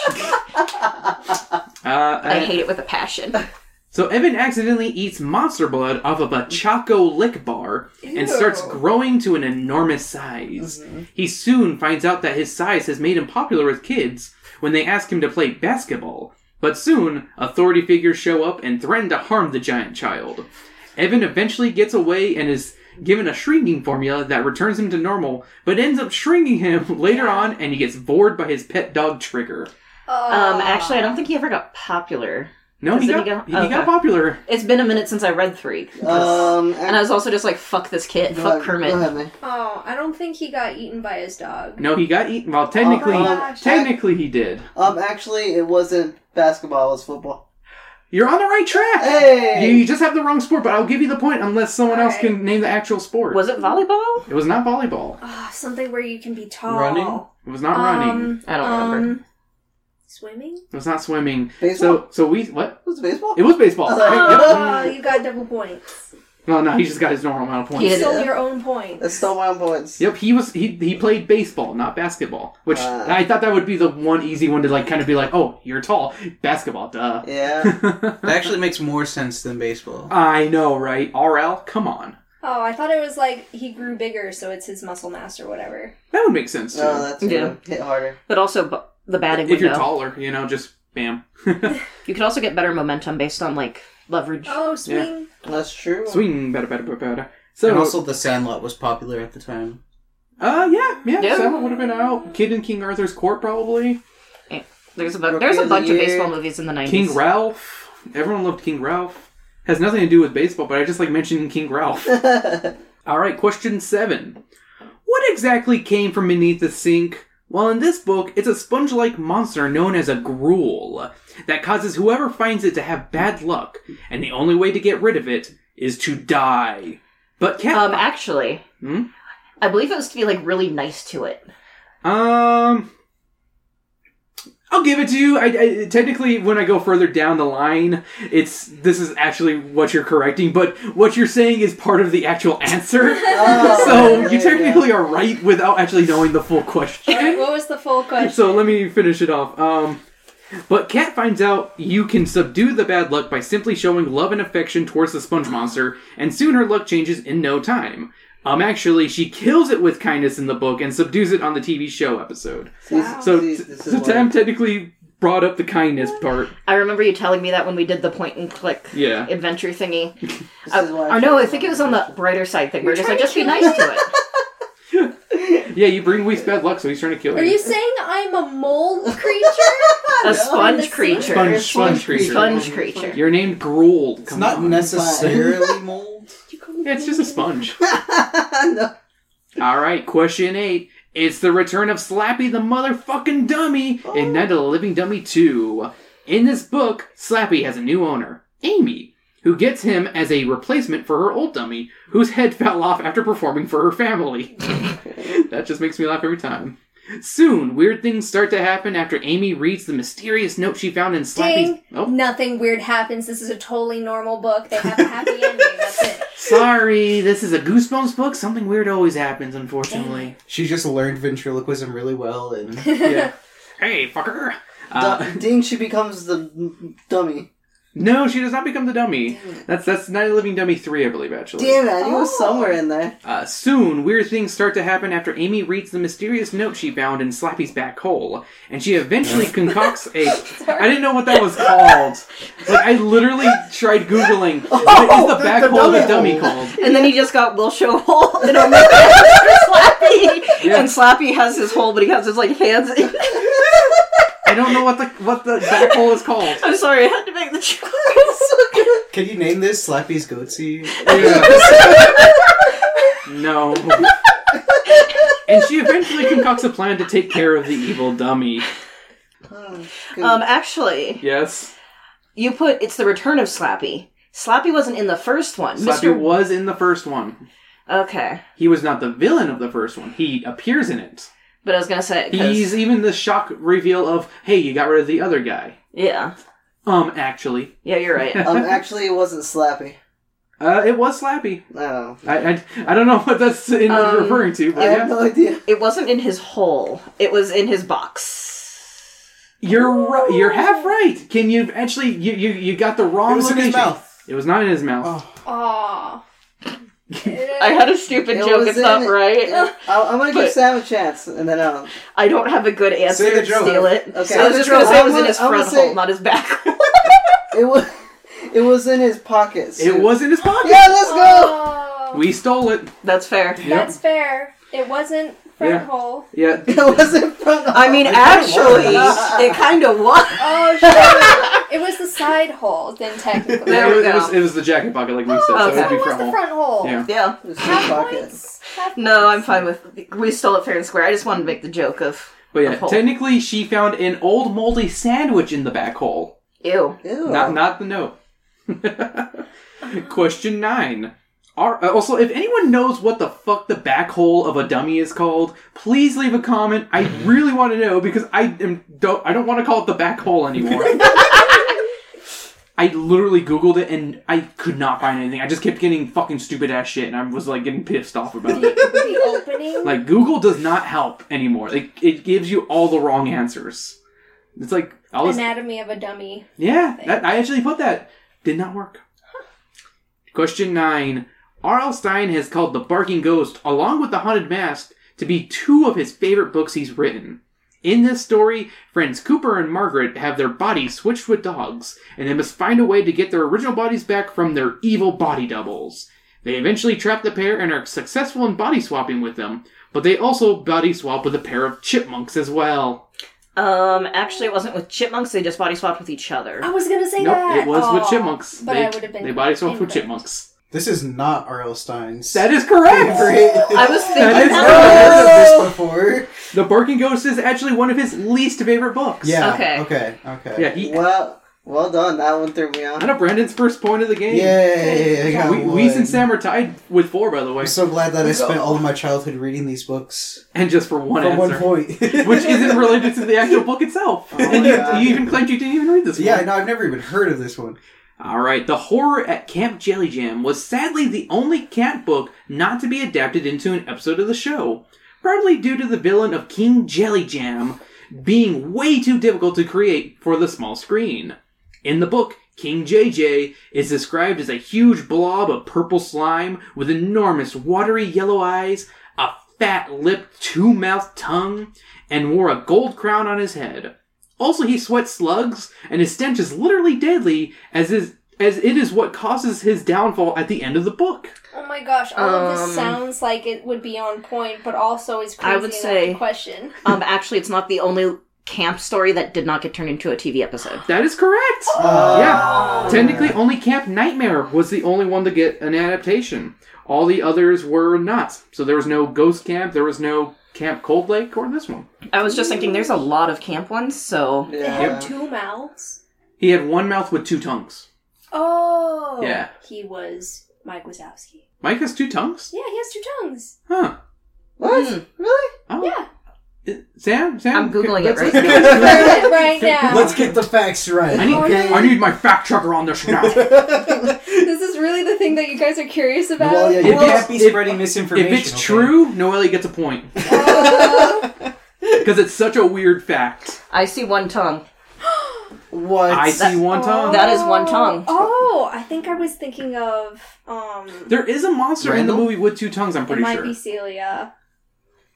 Speaker 1: Uh,
Speaker 3: I
Speaker 1: uh,
Speaker 3: hate it with a passion.
Speaker 1: So Evan accidentally eats monster blood off of a Choco Lick bar and starts growing to an enormous size.
Speaker 3: Mm-hmm.
Speaker 1: He soon finds out that his size has made him popular with kids when they ask him to play basketball. But soon, authority figures show up and threaten to harm the giant child. Evan eventually gets away and is given a shrinking formula that returns him to normal, but ends up shrinking him [laughs] later on and he gets bored by his pet dog Trigger.
Speaker 2: Oh,
Speaker 3: Um, actually, I don't think he ever got popular.
Speaker 1: No, he
Speaker 3: Does it
Speaker 1: got,
Speaker 3: go-
Speaker 1: he got
Speaker 3: okay.
Speaker 1: popular.
Speaker 3: It's been a minute since I read three,
Speaker 4: Um,
Speaker 3: and I was also just like, "Fuck this kid,
Speaker 4: go
Speaker 3: fuck
Speaker 4: ahead- Go
Speaker 3: Kermit."
Speaker 4: ahead, man.
Speaker 2: Oh, I don't think he got eaten by his dog.
Speaker 1: No, he got eaten. Well, technically,
Speaker 4: Oh my gosh.
Speaker 1: technically he did.
Speaker 4: Um, actually, it wasn't basketball. It was football.
Speaker 1: You're on the right track.
Speaker 4: Hey!
Speaker 1: You just have the wrong sport, but I'll give you the point unless someone else
Speaker 2: Alright.
Speaker 1: can name the actual sport.
Speaker 3: Was it volleyball?
Speaker 1: It was not volleyball.
Speaker 2: Ah, something where you can be tall.
Speaker 5: Running?
Speaker 1: It was not running.
Speaker 2: Um,
Speaker 3: I don't remember.
Speaker 2: um, swimming?
Speaker 1: [laughs] It was not swimming. So,
Speaker 4: Baseball?
Speaker 1: so we what?
Speaker 4: was it baseball?
Speaker 1: It was baseball.
Speaker 4: Oh.
Speaker 1: Right?
Speaker 2: Oh,
Speaker 1: Yep.
Speaker 2: you got double points.
Speaker 1: No, no, he just got his normal amount of
Speaker 3: He
Speaker 2: You
Speaker 1: points.
Speaker 3: did.
Speaker 2: stole your own points.
Speaker 4: That's still my own points.
Speaker 1: Yep, he was he he played baseball, not basketball. Which
Speaker 4: Ah.
Speaker 1: I thought that would be the one easy one to like kind of be like, oh, you're tall, basketball, duh. [laughs]
Speaker 4: Yeah.
Speaker 5: That actually makes more sense than baseball.
Speaker 1: I know, right? RL, come on,
Speaker 2: Oh, I thought it was like he grew bigger, so it's his muscle mass or whatever.
Speaker 1: that would make sense too.
Speaker 4: No, that's
Speaker 3: Yeah.
Speaker 4: gonna hit harder.
Speaker 3: But also bu- the batting
Speaker 1: if
Speaker 3: window.
Speaker 1: you're taller, you know, just bam.
Speaker 3: You can also get better momentum based on like leverage.
Speaker 2: Oh, swing.
Speaker 4: That's true.
Speaker 1: Swing, better, better, better, better. So,
Speaker 5: and also, The Sandlot was popular at the time.
Speaker 1: uh, yeah, yeah,
Speaker 3: Yeah.
Speaker 1: Seven would have been out. Kid in King Arthur's Court, probably.
Speaker 3: There's a
Speaker 4: Rookie
Speaker 3: bu- there's a
Speaker 4: of the
Speaker 3: bunch of
Speaker 4: year.
Speaker 3: baseball movies in the nineties.
Speaker 1: King Ralph. Everyone loved King Ralph. Has nothing to do with baseball, but I just like mentioning King
Speaker 3: [laughs]
Speaker 1: Ralph. All right, question seven. What exactly came from beneath the sink? Well, in this book, it's a sponge like monster known as a gruel that causes whoever finds it to have bad luck, and the only way to get rid of it is to die. But Cat.
Speaker 3: Um, actually,
Speaker 1: Hmm?
Speaker 3: I believe it was to be like really nice to it.
Speaker 1: Um, I'll give it to you. I, I technically, when I go further down the line, it's this is actually what you're correcting, but what you're saying is part of the actual answer.
Speaker 4: Oh,
Speaker 1: so
Speaker 4: there
Speaker 1: you
Speaker 4: you
Speaker 1: technically are right without actually knowing the full question.
Speaker 2: What was the
Speaker 1: [laughs]
Speaker 2: full question?
Speaker 1: So let me finish it off. Um, but Cat finds out you can subdue the bad luck by simply showing love and affection towards the sponge monster, and soon her luck changes in no time. Um, actually, she kills it with kindness in the book and subdues it on the TV show episode.
Speaker 4: These-
Speaker 1: So,
Speaker 4: these-
Speaker 1: so
Speaker 4: Oh, this is why-
Speaker 1: Tam technically brought up the kindness part.
Speaker 3: I remember you telling me that when we did the point and click
Speaker 1: Yeah.
Speaker 3: adventure thingy.
Speaker 4: this
Speaker 3: Uh,
Speaker 4: is why
Speaker 3: or no,
Speaker 4: showed
Speaker 3: I think it was on the brighter side thing. Where
Speaker 2: You're
Speaker 3: just like
Speaker 2: trying
Speaker 3: just
Speaker 2: to
Speaker 3: be nice to it.
Speaker 1: Yeah, you bring Whis bad luck, so he's trying to kill
Speaker 2: Are
Speaker 1: you.
Speaker 2: you saying I'm a
Speaker 1: [laughs]
Speaker 2: mold creature?
Speaker 3: A sponge
Speaker 2: Sponge-
Speaker 3: creature.
Speaker 1: sponge, sponge creature.
Speaker 3: Sponge creature.
Speaker 1: You're named Grold.
Speaker 5: It's
Speaker 1: Come
Speaker 5: not
Speaker 1: on.
Speaker 5: [laughs] necessarily mold.
Speaker 2: You call me
Speaker 1: Yeah, it's just a sponge.
Speaker 4: no.
Speaker 1: All right, question eight. It's the return of Slappy the motherfucking dummy in Night of the Living Dummy 2. In this book, Slappy has a new owner, Amy, who gets him as a replacement for her old dummy, whose head fell off after performing for her family. that just makes me laugh every time. Soon, weird things start to happen after Amy reads the mysterious note she found in Slappy's.
Speaker 2: Ding.
Speaker 1: Oh,
Speaker 2: Nothing weird happens. This is a totally normal book. They have a happy ending. That's
Speaker 1: [laughs]
Speaker 2: it.
Speaker 1: sorry, this is a Goosebumps book. Something weird always happens, unfortunately.
Speaker 5: She just learned ventriloquism really
Speaker 3: [laughs]
Speaker 5: well, and
Speaker 1: yeah. Hey, fucker. Uh,
Speaker 4: Du- Ding, she becomes the m- dummy.
Speaker 1: No, she does not become the dummy. That's that's Night of the Living Dummy three, I believe, actually.
Speaker 4: Damn it, I knew it
Speaker 3: Oh.
Speaker 4: was somewhere in there.
Speaker 1: Uh, soon, weird things start to happen after Amy reads the mysterious note she found in Slappy's back hole, and she eventually
Speaker 4: [laughs]
Speaker 1: concocts a. I didn't know what that was called. Like I literally tried
Speaker 4: [laughs]
Speaker 1: googling what is the back
Speaker 4: Oh, the
Speaker 1: hole of the
Speaker 4: dummy
Speaker 1: dummy
Speaker 4: hole.
Speaker 1: called?
Speaker 3: And then he just got Will Show hole and Omega for Slappy.
Speaker 1: Yeah.
Speaker 3: And Slappy has his hole, but he has his like hands. In. [laughs]
Speaker 1: I don't know what the what the back hole is
Speaker 4: [laughs]
Speaker 1: called.
Speaker 3: I'm sorry, I had to make the choice.
Speaker 5: can you name this Slappy's
Speaker 3: [laughs]
Speaker 5: goatsy?
Speaker 4: [laughs]
Speaker 1: No. and she eventually concocts a plan to take care of the evil dummy.
Speaker 3: um, actually,
Speaker 1: Yes,
Speaker 3: you put it's the return of Slappy. Slappy wasn't in the first one.
Speaker 1: Slappy was in the first one.
Speaker 3: Okay,
Speaker 1: He was not the villain of the first one. He appears in it.
Speaker 3: but I was gonna say 'cause-
Speaker 1: He's even the shock reveal of, hey, you got rid of the other guy.
Speaker 3: yeah,
Speaker 1: Um, actually,
Speaker 3: yeah, you're
Speaker 4: [laughs]
Speaker 3: right.
Speaker 4: Um, actually, it wasn't Slappy.
Speaker 1: uh, it was Slappy.
Speaker 4: I don't know.
Speaker 1: I, I, I don't know [laughs] what that's in
Speaker 3: Um,
Speaker 1: referring to, but
Speaker 4: I have
Speaker 1: yeah.
Speaker 4: no
Speaker 3: [laughs]
Speaker 4: idea.
Speaker 3: It wasn't in his hole. It was in his box.
Speaker 1: You're right. You're half right. Can you actually? You you, you got the wrong.
Speaker 5: It was in his
Speaker 1: location.
Speaker 5: mouth.
Speaker 1: It was not in his mouth.
Speaker 5: Oh.
Speaker 2: Aw.
Speaker 3: I had a stupid
Speaker 4: It
Speaker 3: joke.
Speaker 4: was
Speaker 3: It's not
Speaker 4: in-
Speaker 3: right.
Speaker 4: I'll, I'm gonna
Speaker 3: But-
Speaker 4: give Sam a chance, and then um, I'll.
Speaker 3: I don't have a good answer.
Speaker 5: Say the joke.
Speaker 3: Steal it.
Speaker 4: Okay.
Speaker 3: I was
Speaker 4: Say the
Speaker 3: just gonna
Speaker 4: joke.
Speaker 3: say it
Speaker 4: I
Speaker 3: was in
Speaker 4: wanna-
Speaker 3: his
Speaker 4: I wanna
Speaker 3: front
Speaker 4: say-
Speaker 3: hole, not his back
Speaker 4: [laughs]
Speaker 3: hole.
Speaker 4: It was. [laughs] It was in his pockets.
Speaker 1: It was in his pocket.
Speaker 4: Yeah, let's go.
Speaker 2: Oh,
Speaker 1: We stole it.
Speaker 3: That's fair.
Speaker 2: that's fair. It wasn't front
Speaker 1: Yeah.
Speaker 2: hole.
Speaker 1: Yeah.
Speaker 4: [laughs] It was in front. Of
Speaker 3: I mean, actually,
Speaker 4: was.
Speaker 3: it kind of was.
Speaker 2: Oh
Speaker 1: [laughs]
Speaker 2: shit! it was the side hole. Then technically,
Speaker 3: There
Speaker 1: it,
Speaker 3: we
Speaker 1: was, it was
Speaker 3: go.
Speaker 1: it was the jacket pocket, like we said.
Speaker 2: Oh,
Speaker 1: so
Speaker 3: okay.
Speaker 1: it would
Speaker 2: it
Speaker 1: be
Speaker 2: was
Speaker 1: front
Speaker 2: the
Speaker 1: hole.
Speaker 2: front hole.
Speaker 1: Yeah.
Speaker 3: Yeah.
Speaker 4: It was in his
Speaker 2: Half
Speaker 4: pocket.
Speaker 2: points. Half
Speaker 3: No, I'm
Speaker 2: points.
Speaker 3: fine with. We stole it fair and square. I just wanted to make the joke of.
Speaker 1: But yeah,
Speaker 3: A hole.
Speaker 1: technically, she found an old moldy sandwich in the back hole.
Speaker 3: Ew.
Speaker 4: Ew.
Speaker 1: Not not the note. [laughs] Question nine. Are, uh, also, if anyone knows what the fuck the back hole of a dummy is called, please leave a comment. I really want to know because I am don't I don't want to call it the back hole
Speaker 3: [laughs]
Speaker 1: anymore. I literally googled it and I could not find anything. I just kept getting fucking stupid ass shit, and I was like getting pissed off about it.
Speaker 2: the opening.
Speaker 1: Like Google does not help anymore. Like it gives you all the wrong answers. It's like all this
Speaker 2: Anatomy of a dummy.
Speaker 1: yeah, that, I actually put that. Did not work. Question nine. R.L. Stein has called The Barking Ghost, along with The Haunted Mask, to be two of his favorite books he's written. In this story, friends Cooper and Margaret have their bodies switched with dogs, and they must find a way to get their original bodies back from their evil body doubles. They eventually trap the pair and are successful in body swapping with them, but they also body swap with a pair of chipmunks as well.
Speaker 3: Um, actually, it wasn't with chipmunks. They just body swapped with each other.
Speaker 2: I was gonna say
Speaker 1: Nope,
Speaker 2: that.
Speaker 1: it was with
Speaker 2: Aw,
Speaker 1: chipmunks.
Speaker 2: But
Speaker 1: they,
Speaker 2: I would have been.
Speaker 1: they body swapped with
Speaker 2: incorrect.
Speaker 1: chipmunks.
Speaker 5: This is not R.L. Stein's.
Speaker 1: That is correct.
Speaker 3: I
Speaker 5: [laughs]
Speaker 3: was thinking
Speaker 1: That is
Speaker 3: that.
Speaker 5: I've heard of this before.
Speaker 1: the Barking Ghost is actually one of his least favorite books.
Speaker 5: Yeah.
Speaker 3: Okay.
Speaker 5: Okay. Okay. Okay.
Speaker 1: Yeah. He,
Speaker 4: Well, well done. That one threw me
Speaker 1: I
Speaker 4: off.
Speaker 1: know Brandon's first point of the game.
Speaker 5: Yay! I got
Speaker 1: We,
Speaker 5: one.
Speaker 1: Weiss and Sam are tied with four, by the way,
Speaker 5: I'm so glad that I spent all of my childhood reading these books
Speaker 1: and just for one
Speaker 5: for
Speaker 1: answer,
Speaker 5: one point.
Speaker 1: [laughs] which isn't related to the actual book itself.
Speaker 4: Oh my
Speaker 1: and you,
Speaker 4: God.
Speaker 1: you even claimed you didn't even read this.
Speaker 5: [laughs] Yeah,
Speaker 1: one.
Speaker 5: no, I've never even heard of this one.
Speaker 1: All right, The Horror at Camp Jelly Jam was sadly the only cat book not to be adapted into an episode of the show, probably due to the villain of King Jelly Jam being way too difficult to create for the small screen. In the book, King JJ is described as a huge blob of purple slime with enormous watery yellow eyes, a fat lipped two mouthed tongue, and wore a gold crown on his head. Also, he sweats slugs, and his stench is literally deadly, as is as it is what causes his downfall at the end of the book.
Speaker 2: Oh my gosh, all of
Speaker 3: Um,
Speaker 2: this sounds like it would be on point, but also is crazy
Speaker 3: I would
Speaker 2: enough
Speaker 3: say-
Speaker 2: to [laughs] question.
Speaker 3: Um, actually, it's not the only camp story that did not get turned into a TV episode.
Speaker 1: That is correct.
Speaker 4: Uh,
Speaker 1: yeah. Technically, only Camp Nightmare was the only one to get an adaptation. All the others were not. So there was no Ghost Camp, there was no Camp Cold Lake, or this one.
Speaker 3: I was just thinking, there's a lot of camp ones, so
Speaker 2: They
Speaker 4: Yeah.
Speaker 2: have two mouths.
Speaker 1: He had one mouth with two tongues.
Speaker 2: Oh.
Speaker 1: Yeah.
Speaker 2: He was Mike Wazowski.
Speaker 1: Mike has two tongues?
Speaker 2: Yeah, he has two tongues.
Speaker 1: Huh.
Speaker 4: What? Really?
Speaker 1: Oh. [laughs]
Speaker 2: Yeah.
Speaker 1: Uh, Sam? Sam?
Speaker 3: I'm Googling it
Speaker 1: Let's-
Speaker 3: right
Speaker 1: let's-
Speaker 3: now.
Speaker 2: right, right now.
Speaker 5: Let's get the facts right.
Speaker 1: [laughs] I need,
Speaker 2: Okay.
Speaker 1: I need my fact checker on this now. if
Speaker 2: This is really the thing that you guys are curious about.
Speaker 5: [laughs] well, yeah, you
Speaker 1: Well,
Speaker 5: can't be
Speaker 1: if-
Speaker 5: spreading misinformation.
Speaker 1: it's
Speaker 5: okay?
Speaker 1: true, Noelle gets a point.
Speaker 3: [laughs]
Speaker 1: Because it's such a weird fact.
Speaker 3: I see one tongue.
Speaker 4: What?
Speaker 1: I see one tongue.
Speaker 3: That Oh. is one tongue.
Speaker 2: Oh, I think I was thinking of um
Speaker 1: There is a monster in the
Speaker 5: Randall?
Speaker 1: movie with two tongues, I'm
Speaker 2: it
Speaker 1: pretty
Speaker 2: might
Speaker 1: sure. Mm-hmm.
Speaker 2: be Celia.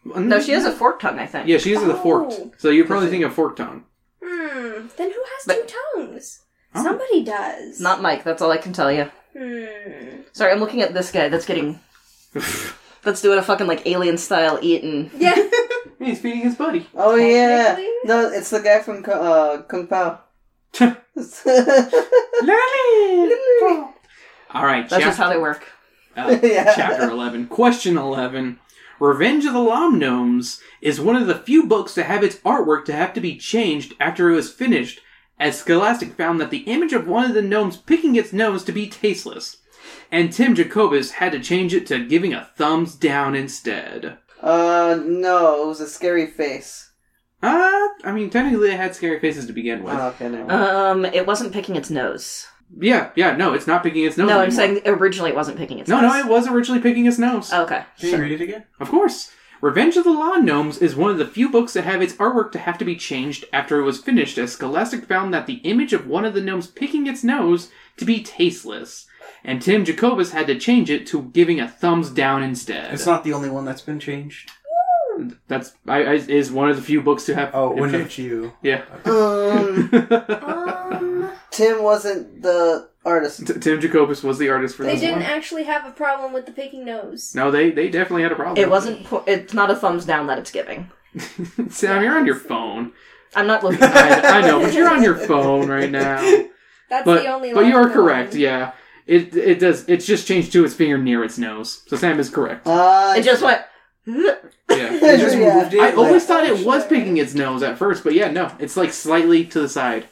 Speaker 3: No, she has a fork tongue, I think.
Speaker 1: Yeah, she uses a
Speaker 2: Oh.
Speaker 1: forked. So you're probably thinking of forked tongue.
Speaker 2: Hmm. Then who has
Speaker 3: But-
Speaker 2: two tongues?
Speaker 1: Oh.
Speaker 2: Somebody does.
Speaker 3: Not Mike. That's all I can tell you.
Speaker 2: Hmm.
Speaker 3: Sorry, I'm looking at this guy. That's getting. That's doing a fucking like alien style eat and
Speaker 2: Yeah.
Speaker 1: He's feeding his buddy.
Speaker 4: Oh [laughs] yeah.
Speaker 2: Technically?
Speaker 4: No, it's the guy from Ko- uh, Kung Pao. [laughs]
Speaker 1: All right,
Speaker 3: That's just
Speaker 1: chap-
Speaker 3: how they work.
Speaker 1: uh,
Speaker 4: Yeah.
Speaker 3: [laughs]
Speaker 1: chapter 11. Question 11. Revenge of the Lom Gnomes is one of the few books to have its artwork to have to be changed after it was finished, as Scholastic found that the image of one of the gnomes picking its nose to be tasteless. And Tim Jacobus had to change it to giving a thumbs down instead.
Speaker 4: uh, no, it was a scary face.
Speaker 1: Uh, I mean, technically it had scary faces to begin with.
Speaker 4: Oh, okay, never mind.
Speaker 3: Um, it wasn't picking its nose.
Speaker 1: yeah, yeah, no, it's not picking its nose
Speaker 3: No, I'm
Speaker 1: anymore.
Speaker 3: saying originally it wasn't picking its Oh,
Speaker 1: No,
Speaker 3: nose.
Speaker 1: no, it was originally picking its nose.
Speaker 3: okay.
Speaker 5: Can you read it again?
Speaker 1: Of course. Revenge of the Lawn Gnomes is one of the few books that have its artwork to have to be changed after it was finished, as Scholastic found that the image of one of the gnomes picking its nose to be tasteless, and Tim Jacobus had to change it to giving a thumbs down instead.
Speaker 5: It's not the only one that's been changed.
Speaker 1: That's I, I is one of the few books to have.
Speaker 5: Oh, when
Speaker 1: it,
Speaker 5: did you?
Speaker 1: yeah.
Speaker 3: Uh-huh.
Speaker 4: Um,
Speaker 2: Um,
Speaker 4: Tim wasn't the artist.
Speaker 1: [laughs] T- Tim Jacobus was the artist for
Speaker 2: they
Speaker 1: this
Speaker 2: didn't
Speaker 1: one.
Speaker 2: actually have a problem with the picking nose.
Speaker 1: no, they they definitely had a problem.
Speaker 3: It wasn't. Po- it's not a thumbs down that it's giving.
Speaker 1: [laughs] Sam, you're on your phone.
Speaker 3: I'm not looking.
Speaker 1: I, I know, but you're on your phone right now.
Speaker 2: That's
Speaker 1: but,
Speaker 2: the only.
Speaker 1: but you are
Speaker 2: logical
Speaker 1: correct.
Speaker 2: one.
Speaker 1: Yeah, it it does. It's just changed to its finger near its nose. So Sam is correct.
Speaker 4: Uh,
Speaker 3: It
Speaker 4: [laughs]
Speaker 3: just went. [laughs] "Ugh."
Speaker 1: Yeah.
Speaker 5: They just
Speaker 4: Yeah.
Speaker 5: moved it.
Speaker 1: I
Speaker 5: like-
Speaker 1: always thought it was picking its nose at first, but yeah, no, it's like slightly to the side.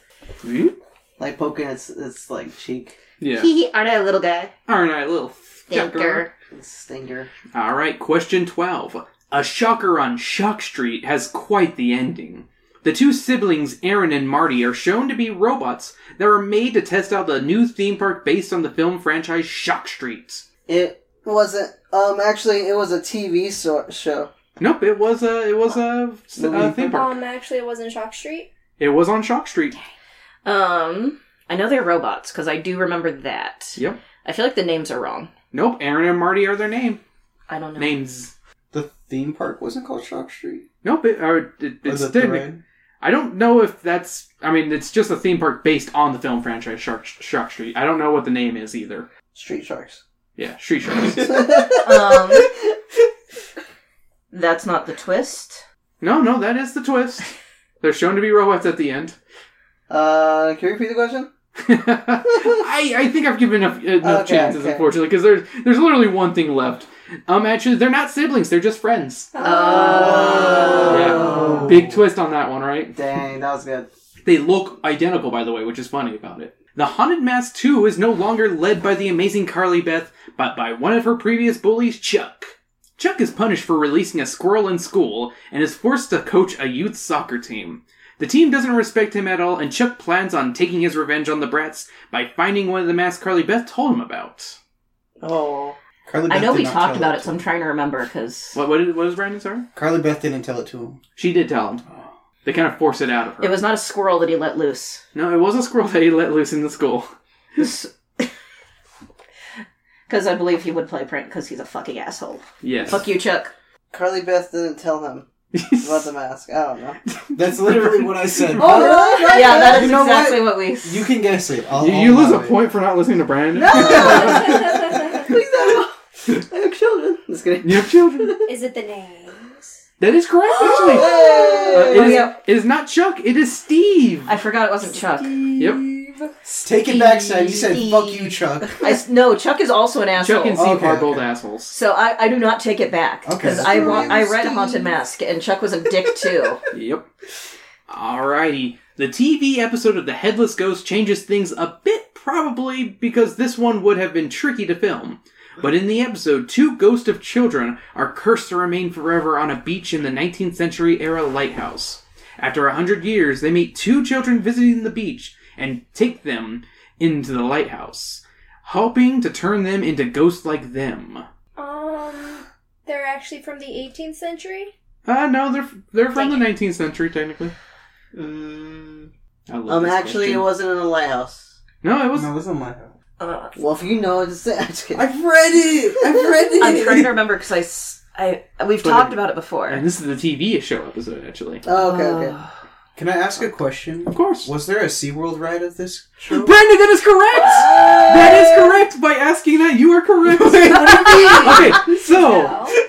Speaker 4: like poking its its like cheek
Speaker 1: Yeah.
Speaker 3: Hee hee. Aren't I a little guy?
Speaker 1: Aren't I a little fucker?
Speaker 3: Thinker.
Speaker 4: its stinger.
Speaker 1: All right, question 12. A shocker on Shock Street has quite the ending. The two siblings, Aaron and Marty, are shown to be robots that were made to test out the new theme park based on the film franchise Shock Street.
Speaker 4: It wasn't. Um, actually, it was a TV so- show.
Speaker 1: Nope, it was a it was a, a theme park.
Speaker 2: Um, actually, it wasn't Shock
Speaker 1: [laughs]
Speaker 2: Street.
Speaker 1: It was on Shock Street.
Speaker 3: Um, I know they're robots because I do remember that.
Speaker 1: Yep.
Speaker 3: I feel like the names are wrong.
Speaker 1: Nope, Aaron and Marty are their name.
Speaker 3: I don't know.
Speaker 1: Names.
Speaker 5: The theme park wasn't called Shock Street.
Speaker 1: Nope, it, or it,
Speaker 5: Or
Speaker 1: it's
Speaker 5: the
Speaker 1: technic-
Speaker 5: terrain?
Speaker 1: I don't know if that's. I mean, it's just a theme park based on the film franchise Shark, Shark Street. I don't know what the name is either.
Speaker 4: Street Sharks.
Speaker 1: Yeah, Street Sharks.
Speaker 3: [laughs]
Speaker 4: [laughs]
Speaker 3: Um, that's not the twist.
Speaker 1: no, no, that is the twist. They're shown to be robots at the end. [laughs]
Speaker 4: Uh, can you repeat the question?
Speaker 1: I, I think I've given enough, enough
Speaker 4: Okay,
Speaker 1: chances,
Speaker 4: okay.
Speaker 1: unfortunately, because there's there's literally one thing left. Um, actually, they're not siblings; they're just friends.
Speaker 3: Uh, Oh.
Speaker 1: Yeah, big twist on that one, right?
Speaker 4: Dang, that was good.
Speaker 1: They look identical, by the way, which is funny about it. The Haunted Mask 2 is no longer led by the amazing Carly Beth, but by one of her previous bullies, Chuck. Chuck is punished for releasing a squirrel in school and is forced to coach a youth soccer team. The team doesn't respect him at all, and Chuck plans on taking his revenge on the brats by finding one of the masks Carly Beth told him about.
Speaker 4: Oh,
Speaker 5: Carly
Speaker 3: I
Speaker 5: Beth
Speaker 3: know
Speaker 5: did
Speaker 3: we
Speaker 5: not
Speaker 3: talked
Speaker 5: tell
Speaker 3: about it,
Speaker 5: to
Speaker 3: so I'm
Speaker 5: him.
Speaker 3: trying to remember because
Speaker 1: What, what, did, what was Brandon, Oh. sorry?
Speaker 5: Carly Beth didn't tell it to him.
Speaker 1: She did tell him. They kind of force it out of her.
Speaker 3: it was not a squirrel that he let loose. [laughs]
Speaker 1: no, it was a squirrel that he let loose in the school.
Speaker 3: Because I believe he would play prank because he's a fucking asshole.
Speaker 1: Yes.
Speaker 3: Fuck you, Chuck.
Speaker 4: Carly Beth didn't tell him. about the mask. I don't know.
Speaker 5: That's literally what
Speaker 1: [laughs]
Speaker 5: I said.
Speaker 2: Oh, really?
Speaker 4: [laughs]
Speaker 2: What?
Speaker 3: yeah, that is
Speaker 5: You know what?
Speaker 3: exactly what, we.
Speaker 5: You can guess it. I'll,
Speaker 1: you,
Speaker 5: I'll
Speaker 1: you lose
Speaker 5: allow
Speaker 1: a
Speaker 5: it.
Speaker 1: point for not listening to Brandon.
Speaker 3: [laughs]
Speaker 4: Please no. I have children. Just kidding.
Speaker 1: [laughs] You have children.
Speaker 2: Is it the names?
Speaker 1: That is correct, actually. Uh, it, is, it is not Chuck. It is Steve.
Speaker 3: I forgot it wasn't Chuck.
Speaker 1: Yep.
Speaker 5: Take it back, Sam. You said "fuck you, [laughs] Chuck."
Speaker 3: I s no, Chuck is also an asshole.
Speaker 1: Chuck and Steve
Speaker 5: Oh, Okay,
Speaker 1: are both
Speaker 5: okay.
Speaker 1: assholes.
Speaker 3: so I, I do not take it back
Speaker 5: Okay.
Speaker 3: because I wa- I read Haunted Mask and Chuck was a
Speaker 1: [laughs]
Speaker 3: dick too.
Speaker 1: Yep. Alrighty. The TV episode of The Headless Ghost changes things a bit, probably because this one would have been tricky to film. But in the episode, two ghosts of children are cursed to remain forever on a beach in the 19th century era lighthouse. After a hundred years, they meet two children visiting the beach and take them into the lighthouse, hoping to turn them into ghosts like them.
Speaker 2: Um, they're actually from the 18th century.
Speaker 1: Uh, no, they're they're from the 19th century technically.
Speaker 4: Mm,
Speaker 1: I love
Speaker 4: um,
Speaker 1: this
Speaker 4: actually,
Speaker 1: question.
Speaker 4: it wasn't in a lighthouse.
Speaker 1: no, it was
Speaker 5: this is my house.
Speaker 3: Uh,
Speaker 4: Well, if you know, [laughs] just say. I'm just kidding.
Speaker 5: I've read it. I've
Speaker 1: [laughs]
Speaker 5: read it.
Speaker 3: I'm trying to remember because I, s- I- we've
Speaker 1: But-
Speaker 3: talked about it before.
Speaker 1: And this is the TV show episode, actually.
Speaker 4: Oh, okay, okay.
Speaker 3: Uh,
Speaker 5: Can I ask a question?
Speaker 1: Of course.
Speaker 5: Was there a SeaWorld ride of this show?
Speaker 1: Brenda, that is correct! That is correct! By asking that, you are
Speaker 5: [laughs]
Speaker 1: correct! [laughs] okay, so,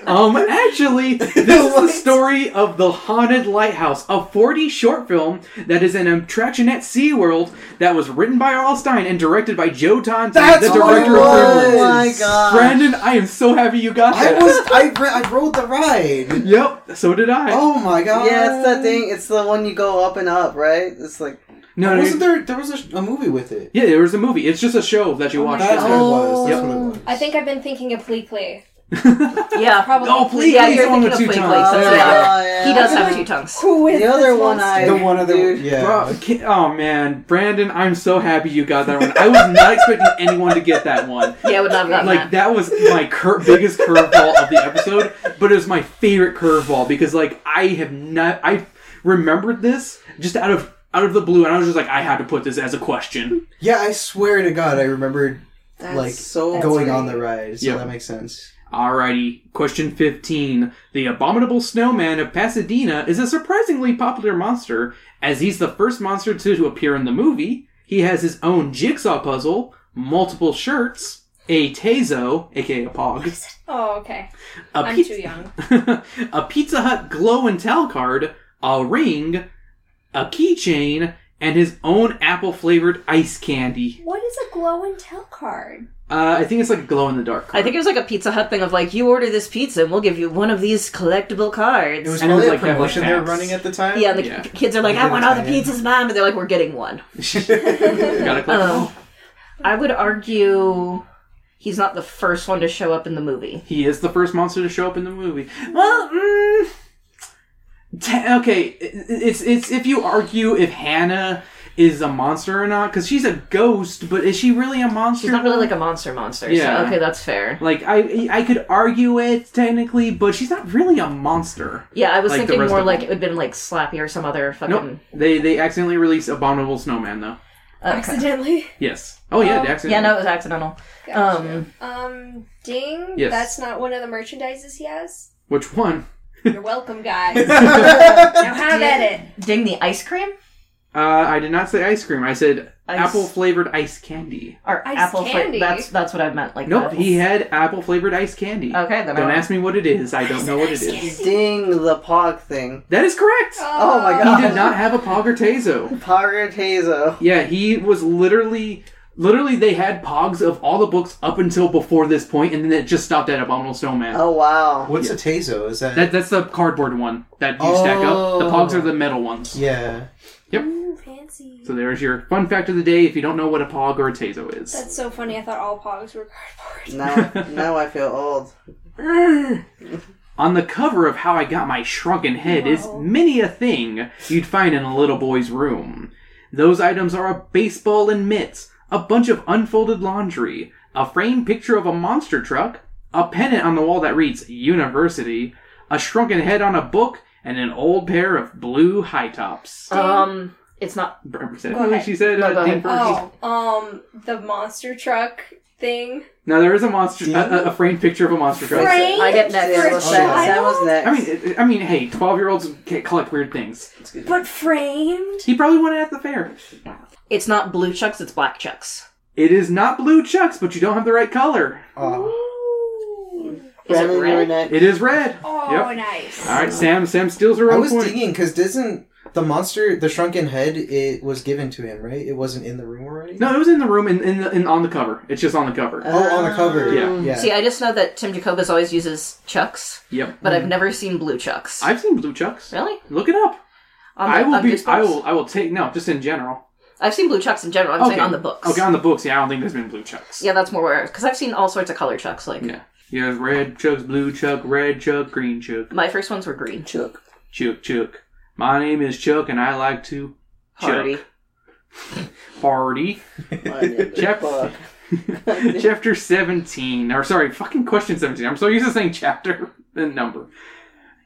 Speaker 1: um,
Speaker 5: [laughs]
Speaker 1: actually, this is the
Speaker 5: What?
Speaker 1: story of The Haunted Lighthouse, a 40 short film that is an attraction at SeaWorld that was written by Arl Stein and directed by Joe Tonti,
Speaker 5: That's
Speaker 1: the director
Speaker 5: what it
Speaker 1: of Gremlins.
Speaker 5: was!
Speaker 4: Oh my god.
Speaker 1: Brandon, I am so happy you got
Speaker 5: I
Speaker 1: that.
Speaker 5: was. I re- I rode the ride.
Speaker 1: [laughs] Yep, so did I.
Speaker 5: Oh my god.
Speaker 4: Yeah, it's that thing. It's the one you go up and up, right? It's like
Speaker 1: no, no,
Speaker 5: Wasn't there? There was a, sh- a movie with it.
Speaker 1: yeah, there was a movie. It's just a show that you
Speaker 2: Oh my
Speaker 1: watch.
Speaker 5: That's what it was. That's
Speaker 4: Yep.
Speaker 5: what it was.
Speaker 2: I think I've been thinking of Pleakley.
Speaker 1: [laughs]
Speaker 3: yeah,
Speaker 2: Probably.
Speaker 1: Oh, please,
Speaker 3: Yeah,
Speaker 1: please,
Speaker 3: you're
Speaker 1: the one
Speaker 3: thinking
Speaker 1: with
Speaker 3: of
Speaker 1: two
Speaker 3: Blake
Speaker 1: tongues.
Speaker 3: Blake, so
Speaker 1: There
Speaker 4: Oh,
Speaker 1: we go.
Speaker 3: yeah.
Speaker 4: yeah.
Speaker 3: he does have
Speaker 1: [laughs]
Speaker 3: two tongues.
Speaker 2: Who is
Speaker 4: The other one I
Speaker 5: the one other
Speaker 4: dude.
Speaker 5: yeah.
Speaker 1: Bro, ki- oh man, Brandon, I'm so happy you got that one. I was not expecting anyone to get that one.
Speaker 3: Yeah, I would not have gotten
Speaker 1: Like
Speaker 3: that.
Speaker 1: that was my cur- biggest curveball of the episode, but it was my favorite curveball because like I have not I remembered this just out of out of the blue, and I was just like, I had to put this as a question.
Speaker 5: yeah, I swear to God, I remembered
Speaker 4: That's
Speaker 5: like
Speaker 4: so
Speaker 5: going
Speaker 4: great.
Speaker 5: on the ride. So
Speaker 1: Yeah.
Speaker 5: that makes sense.
Speaker 1: Alrighty, question 15. The abominable snowman of Pasadena is a surprisingly popular monster, as he's the first monster to, to appear in the movie. He has his own jigsaw puzzle, multiple shirts, a tazo, aka a pog,
Speaker 2: Oh, okay.
Speaker 1: a,
Speaker 2: I'm
Speaker 1: piz-
Speaker 2: too young.
Speaker 1: [laughs] a Pizza Hut glow and tell card, a ring, a keychain, and his own apple flavored ice candy.
Speaker 2: What is a glow and tell card?
Speaker 1: Uh, I think it's like a glow in the dark.
Speaker 3: I think it was like a Pizza Hut thing of like, you order this pizza and we'll give you one of these collectible cards.
Speaker 5: It was
Speaker 1: And it
Speaker 5: probably
Speaker 1: was,
Speaker 5: a
Speaker 1: like, Netflix
Speaker 5: promotion they were
Speaker 1: packs.
Speaker 5: running at the time.
Speaker 3: yeah, and the
Speaker 1: Yeah.
Speaker 3: k kids are like,
Speaker 5: Like
Speaker 3: I want all the
Speaker 5: they were
Speaker 3: pizzas, mom, but they're like, we're getting one.
Speaker 1: Gotta click.
Speaker 3: Um, I would argue he's not the first one to show up in the movie.
Speaker 1: He is the first monster to show up in the movie. Well, mm, te- okay, i- it's it's if you argue if Hannah is a monster or not because she's a ghost, but is she really a monster?
Speaker 3: She's not really like a monster monster.
Speaker 1: Yeah.
Speaker 3: So, okay, that's fair.
Speaker 1: Like I I could argue it technically, but she's not really a monster.
Speaker 3: Yeah, I was
Speaker 1: Like the
Speaker 3: thinking
Speaker 1: rest
Speaker 3: more
Speaker 1: of
Speaker 3: like
Speaker 1: them.
Speaker 3: it would have been like Slappy or some other fucking.
Speaker 1: Nope. They they accidentally released Abominable Snowman though.
Speaker 3: Okay.
Speaker 2: Accidentally.
Speaker 1: Yes. Oh yeah, they
Speaker 3: uh, Yeah,
Speaker 1: accidentally.
Speaker 3: no, it was accidental. Um,
Speaker 2: Um, Ding.
Speaker 1: Yes.
Speaker 2: That's not one of the merchandises he has.
Speaker 1: Which one?
Speaker 2: You're welcome, guys. now have at it.
Speaker 3: ding the ice cream
Speaker 1: Uh, I did not say ice cream. I said
Speaker 3: Ice-
Speaker 1: apple flavored ice candy.
Speaker 3: or
Speaker 2: Ice
Speaker 3: apple
Speaker 2: candy.
Speaker 3: flavor. That's that's what I meant. Like Oh,
Speaker 1: Nope,
Speaker 3: the-
Speaker 1: he had apple flavored ice candy.
Speaker 3: Okay, then
Speaker 1: Don't
Speaker 3: I
Speaker 1: ask me what it is. I don't know what it is.
Speaker 4: Ding the pog thing.
Speaker 1: That is correct.
Speaker 4: Oh my god.
Speaker 2: Um,
Speaker 1: He did not have a Pog or Tazo.
Speaker 4: Pogger Tazo.
Speaker 1: Yeah, he was literally, literally, they had Pogs of all the books up until before this point, and then it just stopped at Abominable Snowman.
Speaker 4: Oh wow.
Speaker 5: What's a Tazo? Is that?
Speaker 1: That, that's the cardboard one that you stack up. The Pogs
Speaker 5: Oh.
Speaker 1: are the metal ones.
Speaker 5: yeah.
Speaker 2: Ooh, fancy.
Speaker 1: So there's your fun fact of the day if you don't know what a Pog or a Tazo is.
Speaker 2: That's so funny. I thought all pogs were
Speaker 4: [laughs]
Speaker 2: cardboard.
Speaker 4: Now, now I feel old.
Speaker 1: On the cover of How I Got My Shrunken Head is many a thing you'd find in a little boy's room. Those items are a baseball and mitts, a bunch of unfolded laundry, a framed picture of a monster truck, a pennant on the wall that reads University, a shrunken head on a book, and an old pair of blue high tops.
Speaker 3: Um, it's not.
Speaker 1: Brr, said-
Speaker 2: Uh, Go ahead.
Speaker 1: She said, uh,
Speaker 3: go
Speaker 1: thing
Speaker 3: ahead.
Speaker 1: first.
Speaker 2: Oh, um, the monster truck thing.
Speaker 1: Now there is a monster, a, a- a framed picture of a monster truck.
Speaker 2: Frank
Speaker 3: I get next.
Speaker 2: for a
Speaker 4: Sam was next. Sam was
Speaker 2: child?
Speaker 4: next.
Speaker 1: I mean, it- I mean, hey, twelve-year-olds can collect weird things.
Speaker 2: But framed?
Speaker 1: He probably won it at the fair.
Speaker 3: It's not blue chucks, it's black chucks.
Speaker 1: It is not blue chucks, but you don't have the right color.
Speaker 5: Oh.
Speaker 3: Is it
Speaker 4: Brandon, you were
Speaker 3: red?
Speaker 4: next.
Speaker 1: It is red.
Speaker 2: Oh,
Speaker 1: Yep.
Speaker 2: nice.
Speaker 1: All right, Sam. Sam steals her
Speaker 5: I
Speaker 1: own
Speaker 5: was
Speaker 1: point.
Speaker 5: digging because doesn't the monster, the shrunken head, it was given to him, right? It wasn't in the room already.
Speaker 1: No, it was in the room and in, the- in on the cover. It's just on the cover.
Speaker 3: Uh,
Speaker 5: Oh, on the cover.
Speaker 1: Yeah.
Speaker 5: Yeah.
Speaker 3: See, I just know that Tim Jacobus always uses chucks,
Speaker 1: Yep.
Speaker 3: but I've never seen blue chucks.
Speaker 1: I've seen blue chucks.
Speaker 3: Really?
Speaker 1: Look it up.
Speaker 3: On
Speaker 1: I
Speaker 3: the-
Speaker 1: will
Speaker 3: on
Speaker 1: be.
Speaker 3: Goosebumps?
Speaker 1: I will. I will take. No, just in general.
Speaker 3: I've seen blue chucks in general. I'm
Speaker 1: okay.
Speaker 3: saying on the books.
Speaker 1: Okay, on the books. Yeah, I don't think there's been blue chucks.
Speaker 3: Yeah, that's more where because I've seen all sorts of color chucks. Like
Speaker 1: Yeah. Yeah. there's red chucks, blue chuck, red chuck, green chuck,
Speaker 3: my first ones were green.
Speaker 4: Chuck.
Speaker 1: chuck, chuck. My name is Chuck, and I like to
Speaker 3: Hardy.
Speaker 1: chuck party.
Speaker 4: My
Speaker 1: [laughs]
Speaker 4: name is
Speaker 1: Chuck.
Speaker 4: Buck.
Speaker 1: [laughs] chapter 17 or sorry fucking question 17 i'm so used to saying chapter [laughs] and number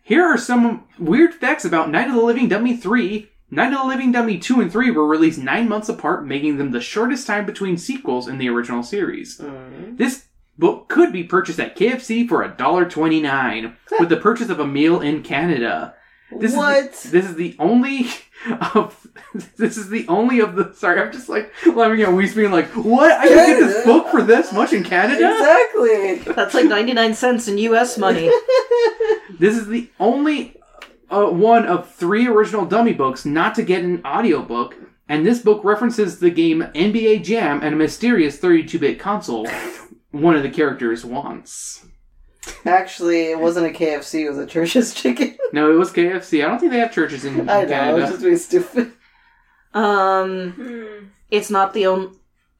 Speaker 1: here are some weird facts about night of the living dummy 3 night of the living dummy 2 and 3 were released nine months apart making them the shortest time between sequels in the original series this book could be purchased at kfc for $1.29 with the purchase of a meal in canada this is [laughs]
Speaker 4: What?
Speaker 1: the- this is the only of [laughs] this is the only of the sorry, I'm just like laughing at Weiss being like, What? I can get this
Speaker 4: Canada?
Speaker 1: book for this much in Canada?
Speaker 4: [laughs] Exactly.
Speaker 3: That's like 99 cents in US money.
Speaker 1: This is the only uh, one of three original dummy books not to get an audiobook, and this book references the game NBA Jam and a mysterious 32 bit console one of the characters wants.
Speaker 4: Actually, it wasn't a KFC. It was a Church's [laughs] Chicken.
Speaker 1: No, it was KFC. I don't think they have churches in
Speaker 4: I know. It was
Speaker 1: Canada.
Speaker 4: just being stupid.
Speaker 3: Um,
Speaker 2: Hmm.
Speaker 3: it's not the only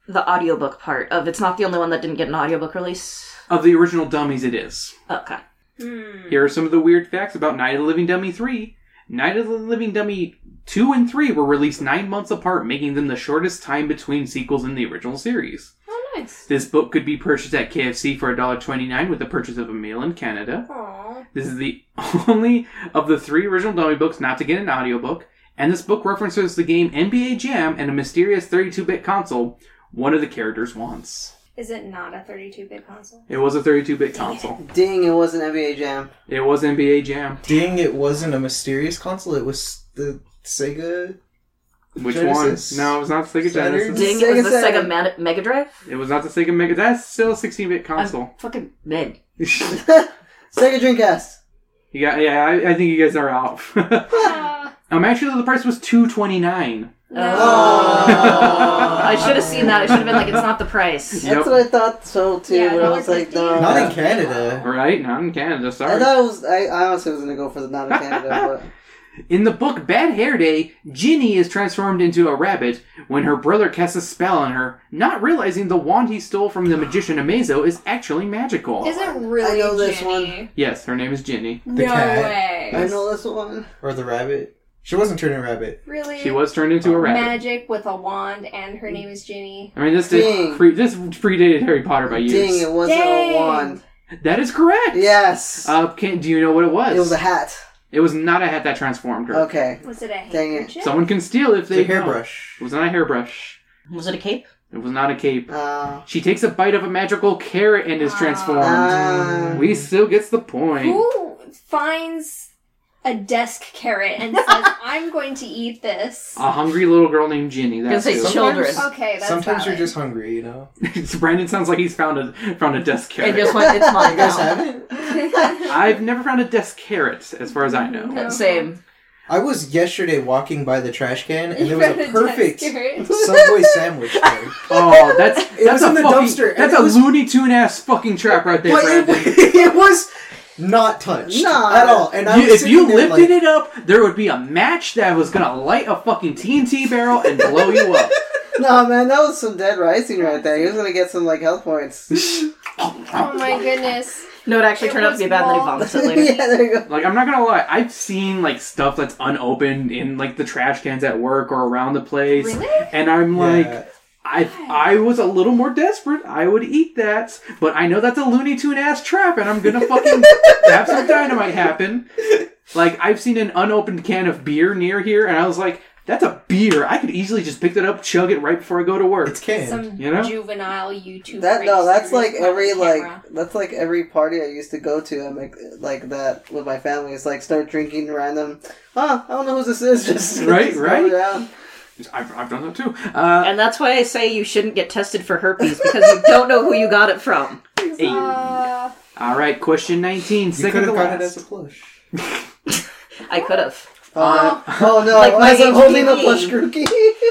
Speaker 3: the audiobook part of it's not the only one that didn't get an audiobook release.
Speaker 1: Of the original dummies, it is.
Speaker 3: Okay.
Speaker 2: Hmm.
Speaker 1: Here are some of the weird facts about Night of the Living Dummy 3. Night of the Living Dummy 2 and 3 were released nine months apart, making them the shortest time between sequels in the original series.
Speaker 2: Oh, nice.
Speaker 1: This book could be purchased at KFC for $1.29 with the purchase of a meal in Canada.
Speaker 2: Aw.
Speaker 1: This is the [laughs] only of the three original dummy books not to get an audiobook, and this book references the game NBA Jam and a mysterious 32 bit console one of the characters wants.
Speaker 2: Is it not a 32 bit console?
Speaker 1: It was a 32 bit console,
Speaker 4: Ding! It wasn't NBA Jam. [laughs]
Speaker 1: it was NBA Jam.
Speaker 5: Ding! It wasn't a mysterious console. It was the Sega.
Speaker 1: Which
Speaker 5: Genesis.
Speaker 1: one? No, it was not Sega
Speaker 5: Saturn?
Speaker 1: Genesis.
Speaker 3: Ding
Speaker 4: Sega
Speaker 3: it was the
Speaker 4: Saturn.
Speaker 3: Sega Man- Mega Drive.
Speaker 1: It was not the Sega Mega. That's still a 16-bit
Speaker 3: Um,
Speaker 1: console. [laughs]
Speaker 3: Fucking mid.
Speaker 1: you
Speaker 4: Sega Dreamcast.
Speaker 1: got, yeah, I, I think you guys are off. [laughs]
Speaker 2: Ah.
Speaker 1: um, actually, the price was two twenty nine.
Speaker 4: Ah.
Speaker 3: Oh.
Speaker 4: [laughs]
Speaker 3: I should have seen that. I should have been like, it's not the price.
Speaker 2: [laughs]
Speaker 1: Yep.
Speaker 4: That's what I thought so too.
Speaker 2: Yeah,
Speaker 4: when I was
Speaker 2: dollar
Speaker 4: like,
Speaker 2: fifty.
Speaker 4: no.
Speaker 5: Not in Canada.
Speaker 1: Right? Not in Canada.
Speaker 4: I
Speaker 1: Sorry.
Speaker 4: thought it was. I, I honestly was gonna go for the not
Speaker 3: [laughs]
Speaker 4: in Canada,
Speaker 1: In the book Bad Hair Day, Ginny is transformed into a rabbit when her brother casts a spell on her, not realizing the wand he stole from the magician Amazo is actually magical.
Speaker 2: Is it really
Speaker 4: I know this
Speaker 2: Jenny?
Speaker 1: yes, her name is Ginny.
Speaker 5: The
Speaker 2: no
Speaker 5: cat.
Speaker 2: way.
Speaker 4: but I know this one.
Speaker 5: Or the rabbit. She wasn't turning rabbit.
Speaker 2: Really?
Speaker 1: She was turned into a rabbit.
Speaker 2: magic with a wand, and her name is Ginny.
Speaker 1: I mean, this did
Speaker 4: Ding.
Speaker 1: pre- this predated Harry Potter by
Speaker 4: Ding!
Speaker 1: years.
Speaker 4: It wasn't
Speaker 2: Dang.
Speaker 4: a wand.
Speaker 1: That is correct.
Speaker 4: Yes.
Speaker 1: Uh, can, do you know what it was?
Speaker 4: it was a hat.
Speaker 1: It was not a hat that transformed her.
Speaker 4: Okay.
Speaker 2: Was it a
Speaker 4: Dang it.
Speaker 2: handkerchief?
Speaker 1: Someone can steal if
Speaker 5: The
Speaker 1: they know.
Speaker 5: hairbrush.
Speaker 1: It was not a hairbrush.
Speaker 3: Was it a cape?
Speaker 1: It was not a cape.
Speaker 4: Uh,
Speaker 1: She takes a bite of a magical carrot and is transformed.
Speaker 4: uh,
Speaker 1: we still gets the point.
Speaker 2: Ah. Who finds a desk carrot and
Speaker 4: [laughs]
Speaker 2: says, "I'm going to eat this"?
Speaker 1: A hungry little girl named Ginny.
Speaker 3: Gonna
Speaker 1: That's
Speaker 3: say
Speaker 1: who.
Speaker 3: children.
Speaker 2: Okay, that's
Speaker 5: Sometimes you're
Speaker 2: valid. [laughs]
Speaker 5: just hungry, you know.
Speaker 1: [laughs] Brandon sounds like he's found a found a desk
Speaker 3: It
Speaker 1: carrot.
Speaker 3: just went, it's mine
Speaker 5: You guys
Speaker 3: now.
Speaker 4: [laughs]
Speaker 5: haven't?
Speaker 1: I've never found a desk carrot, as far as I know.
Speaker 3: [laughs]
Speaker 2: No.
Speaker 3: Same.
Speaker 5: I was yesterday walking by the trash can and there was
Speaker 2: You're
Speaker 5: a
Speaker 2: [laughs]
Speaker 5: perfect
Speaker 2: desk
Speaker 5: [laughs]
Speaker 2: carrot.
Speaker 5: Subway sandwich there.
Speaker 1: Oh, that's
Speaker 5: It
Speaker 1: that's
Speaker 5: was
Speaker 1: a
Speaker 5: in the
Speaker 1: fucking,
Speaker 5: dumpster, and
Speaker 1: That's
Speaker 5: it
Speaker 1: a
Speaker 5: was-
Speaker 1: Looney Tune ass fucking trap right there,
Speaker 5: But it,
Speaker 1: Brandon.
Speaker 5: [laughs] it was not touched
Speaker 4: Nah.
Speaker 5: at all. And I
Speaker 1: You-
Speaker 5: was
Speaker 1: if you
Speaker 5: sitting there
Speaker 1: lifted it
Speaker 5: like,
Speaker 1: up, there would be a match that was gonna light a fucking TNT barrel and blow you
Speaker 5: [laughs]
Speaker 1: up.
Speaker 4: no, man, that was some dead rising right there. He was gonna get some like health points.
Speaker 2: oh my goodness.
Speaker 3: No, it actually
Speaker 2: It
Speaker 3: turned out to
Speaker 2: was
Speaker 3: be bad that he
Speaker 2: small.
Speaker 3: vomits it
Speaker 4: yeah, [laughs]
Speaker 3: later.
Speaker 4: there you go.
Speaker 1: Like I'm not gonna lie, I've seen like stuff that's unopened in like the trash cans at work or around the place,
Speaker 2: Really?
Speaker 1: and I'm like,
Speaker 5: yeah.
Speaker 1: I I was a little more desperate, I would eat that, but I know that's a Looney Tune ass trap, and I'm gonna
Speaker 2: [laughs]
Speaker 1: fucking have some dynamite happen. Like I've seen an unopened can of beer near here, and I was like, That's a beer. I could easily just pick that up, chug it right before I go to work.
Speaker 5: It's canned.
Speaker 2: Some
Speaker 1: You know?
Speaker 2: juvenile YouTube.
Speaker 4: That no, that's like
Speaker 2: racer
Speaker 4: every
Speaker 2: with a
Speaker 4: like
Speaker 2: camera.
Speaker 4: that's like every party I used to go to. I make like that with my family. It's like start drinking random. Huh? I don't know who this is. [laughs] Just
Speaker 1: Right,
Speaker 4: just
Speaker 1: right.
Speaker 4: Yeah.
Speaker 1: I've, I've done that too. Uh,
Speaker 3: And that's why I say you shouldn't get tested for herpes because you don't know who you got it from.
Speaker 1: hey.
Speaker 2: Uh,
Speaker 1: all right, question 19.
Speaker 5: You
Speaker 1: Second
Speaker 5: could
Speaker 1: to
Speaker 5: have got it
Speaker 1: last.
Speaker 5: as a plush.
Speaker 3: I could have.
Speaker 1: Uh,
Speaker 4: Oh,
Speaker 1: [laughs]
Speaker 4: no. oh no!
Speaker 3: Like my
Speaker 4: As I'm holding a
Speaker 3: HPV.
Speaker 4: plush grookey.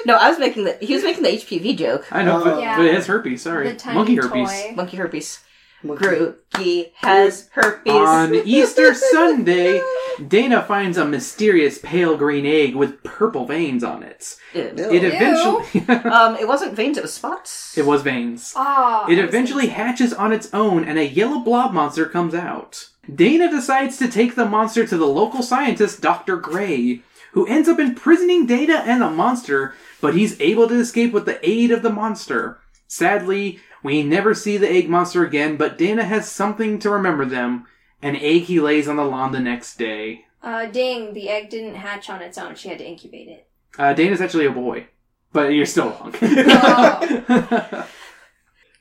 Speaker 3: No, I was making the. He was making the HPV joke.
Speaker 1: I know, but,
Speaker 2: Yeah.
Speaker 1: but it has herpes. Sorry.
Speaker 2: the tiny
Speaker 1: Monkey herpes.
Speaker 2: toy.
Speaker 3: Monkey herpes. Grookey has
Speaker 2: [laughs]
Speaker 3: herpes.
Speaker 1: On Easter Sunday, Dana finds a mysterious pale green egg with purple veins on it.
Speaker 3: Ew.
Speaker 1: It
Speaker 4: Ew.
Speaker 1: eventually.
Speaker 3: Um, it wasn't veins. It was spots.
Speaker 1: [laughs] it was veins.
Speaker 2: Ah,
Speaker 1: It eventually hatches on its own and a yellow blob monster comes out. Dana decides to take the monster to the local scientist, Dr. Gray, who ends up imprisoning Dana and the monster, but he's able to escape with the aid of the monster. Sadly, we never see the egg monster again, but Dana has something to remember them an egg he lays on the lawn the next day.
Speaker 2: Uh, ding! The egg didn't hatch on its own. She had to incubate it.
Speaker 1: Uh, Dana's actually a boy, but you're still wrong. [laughs]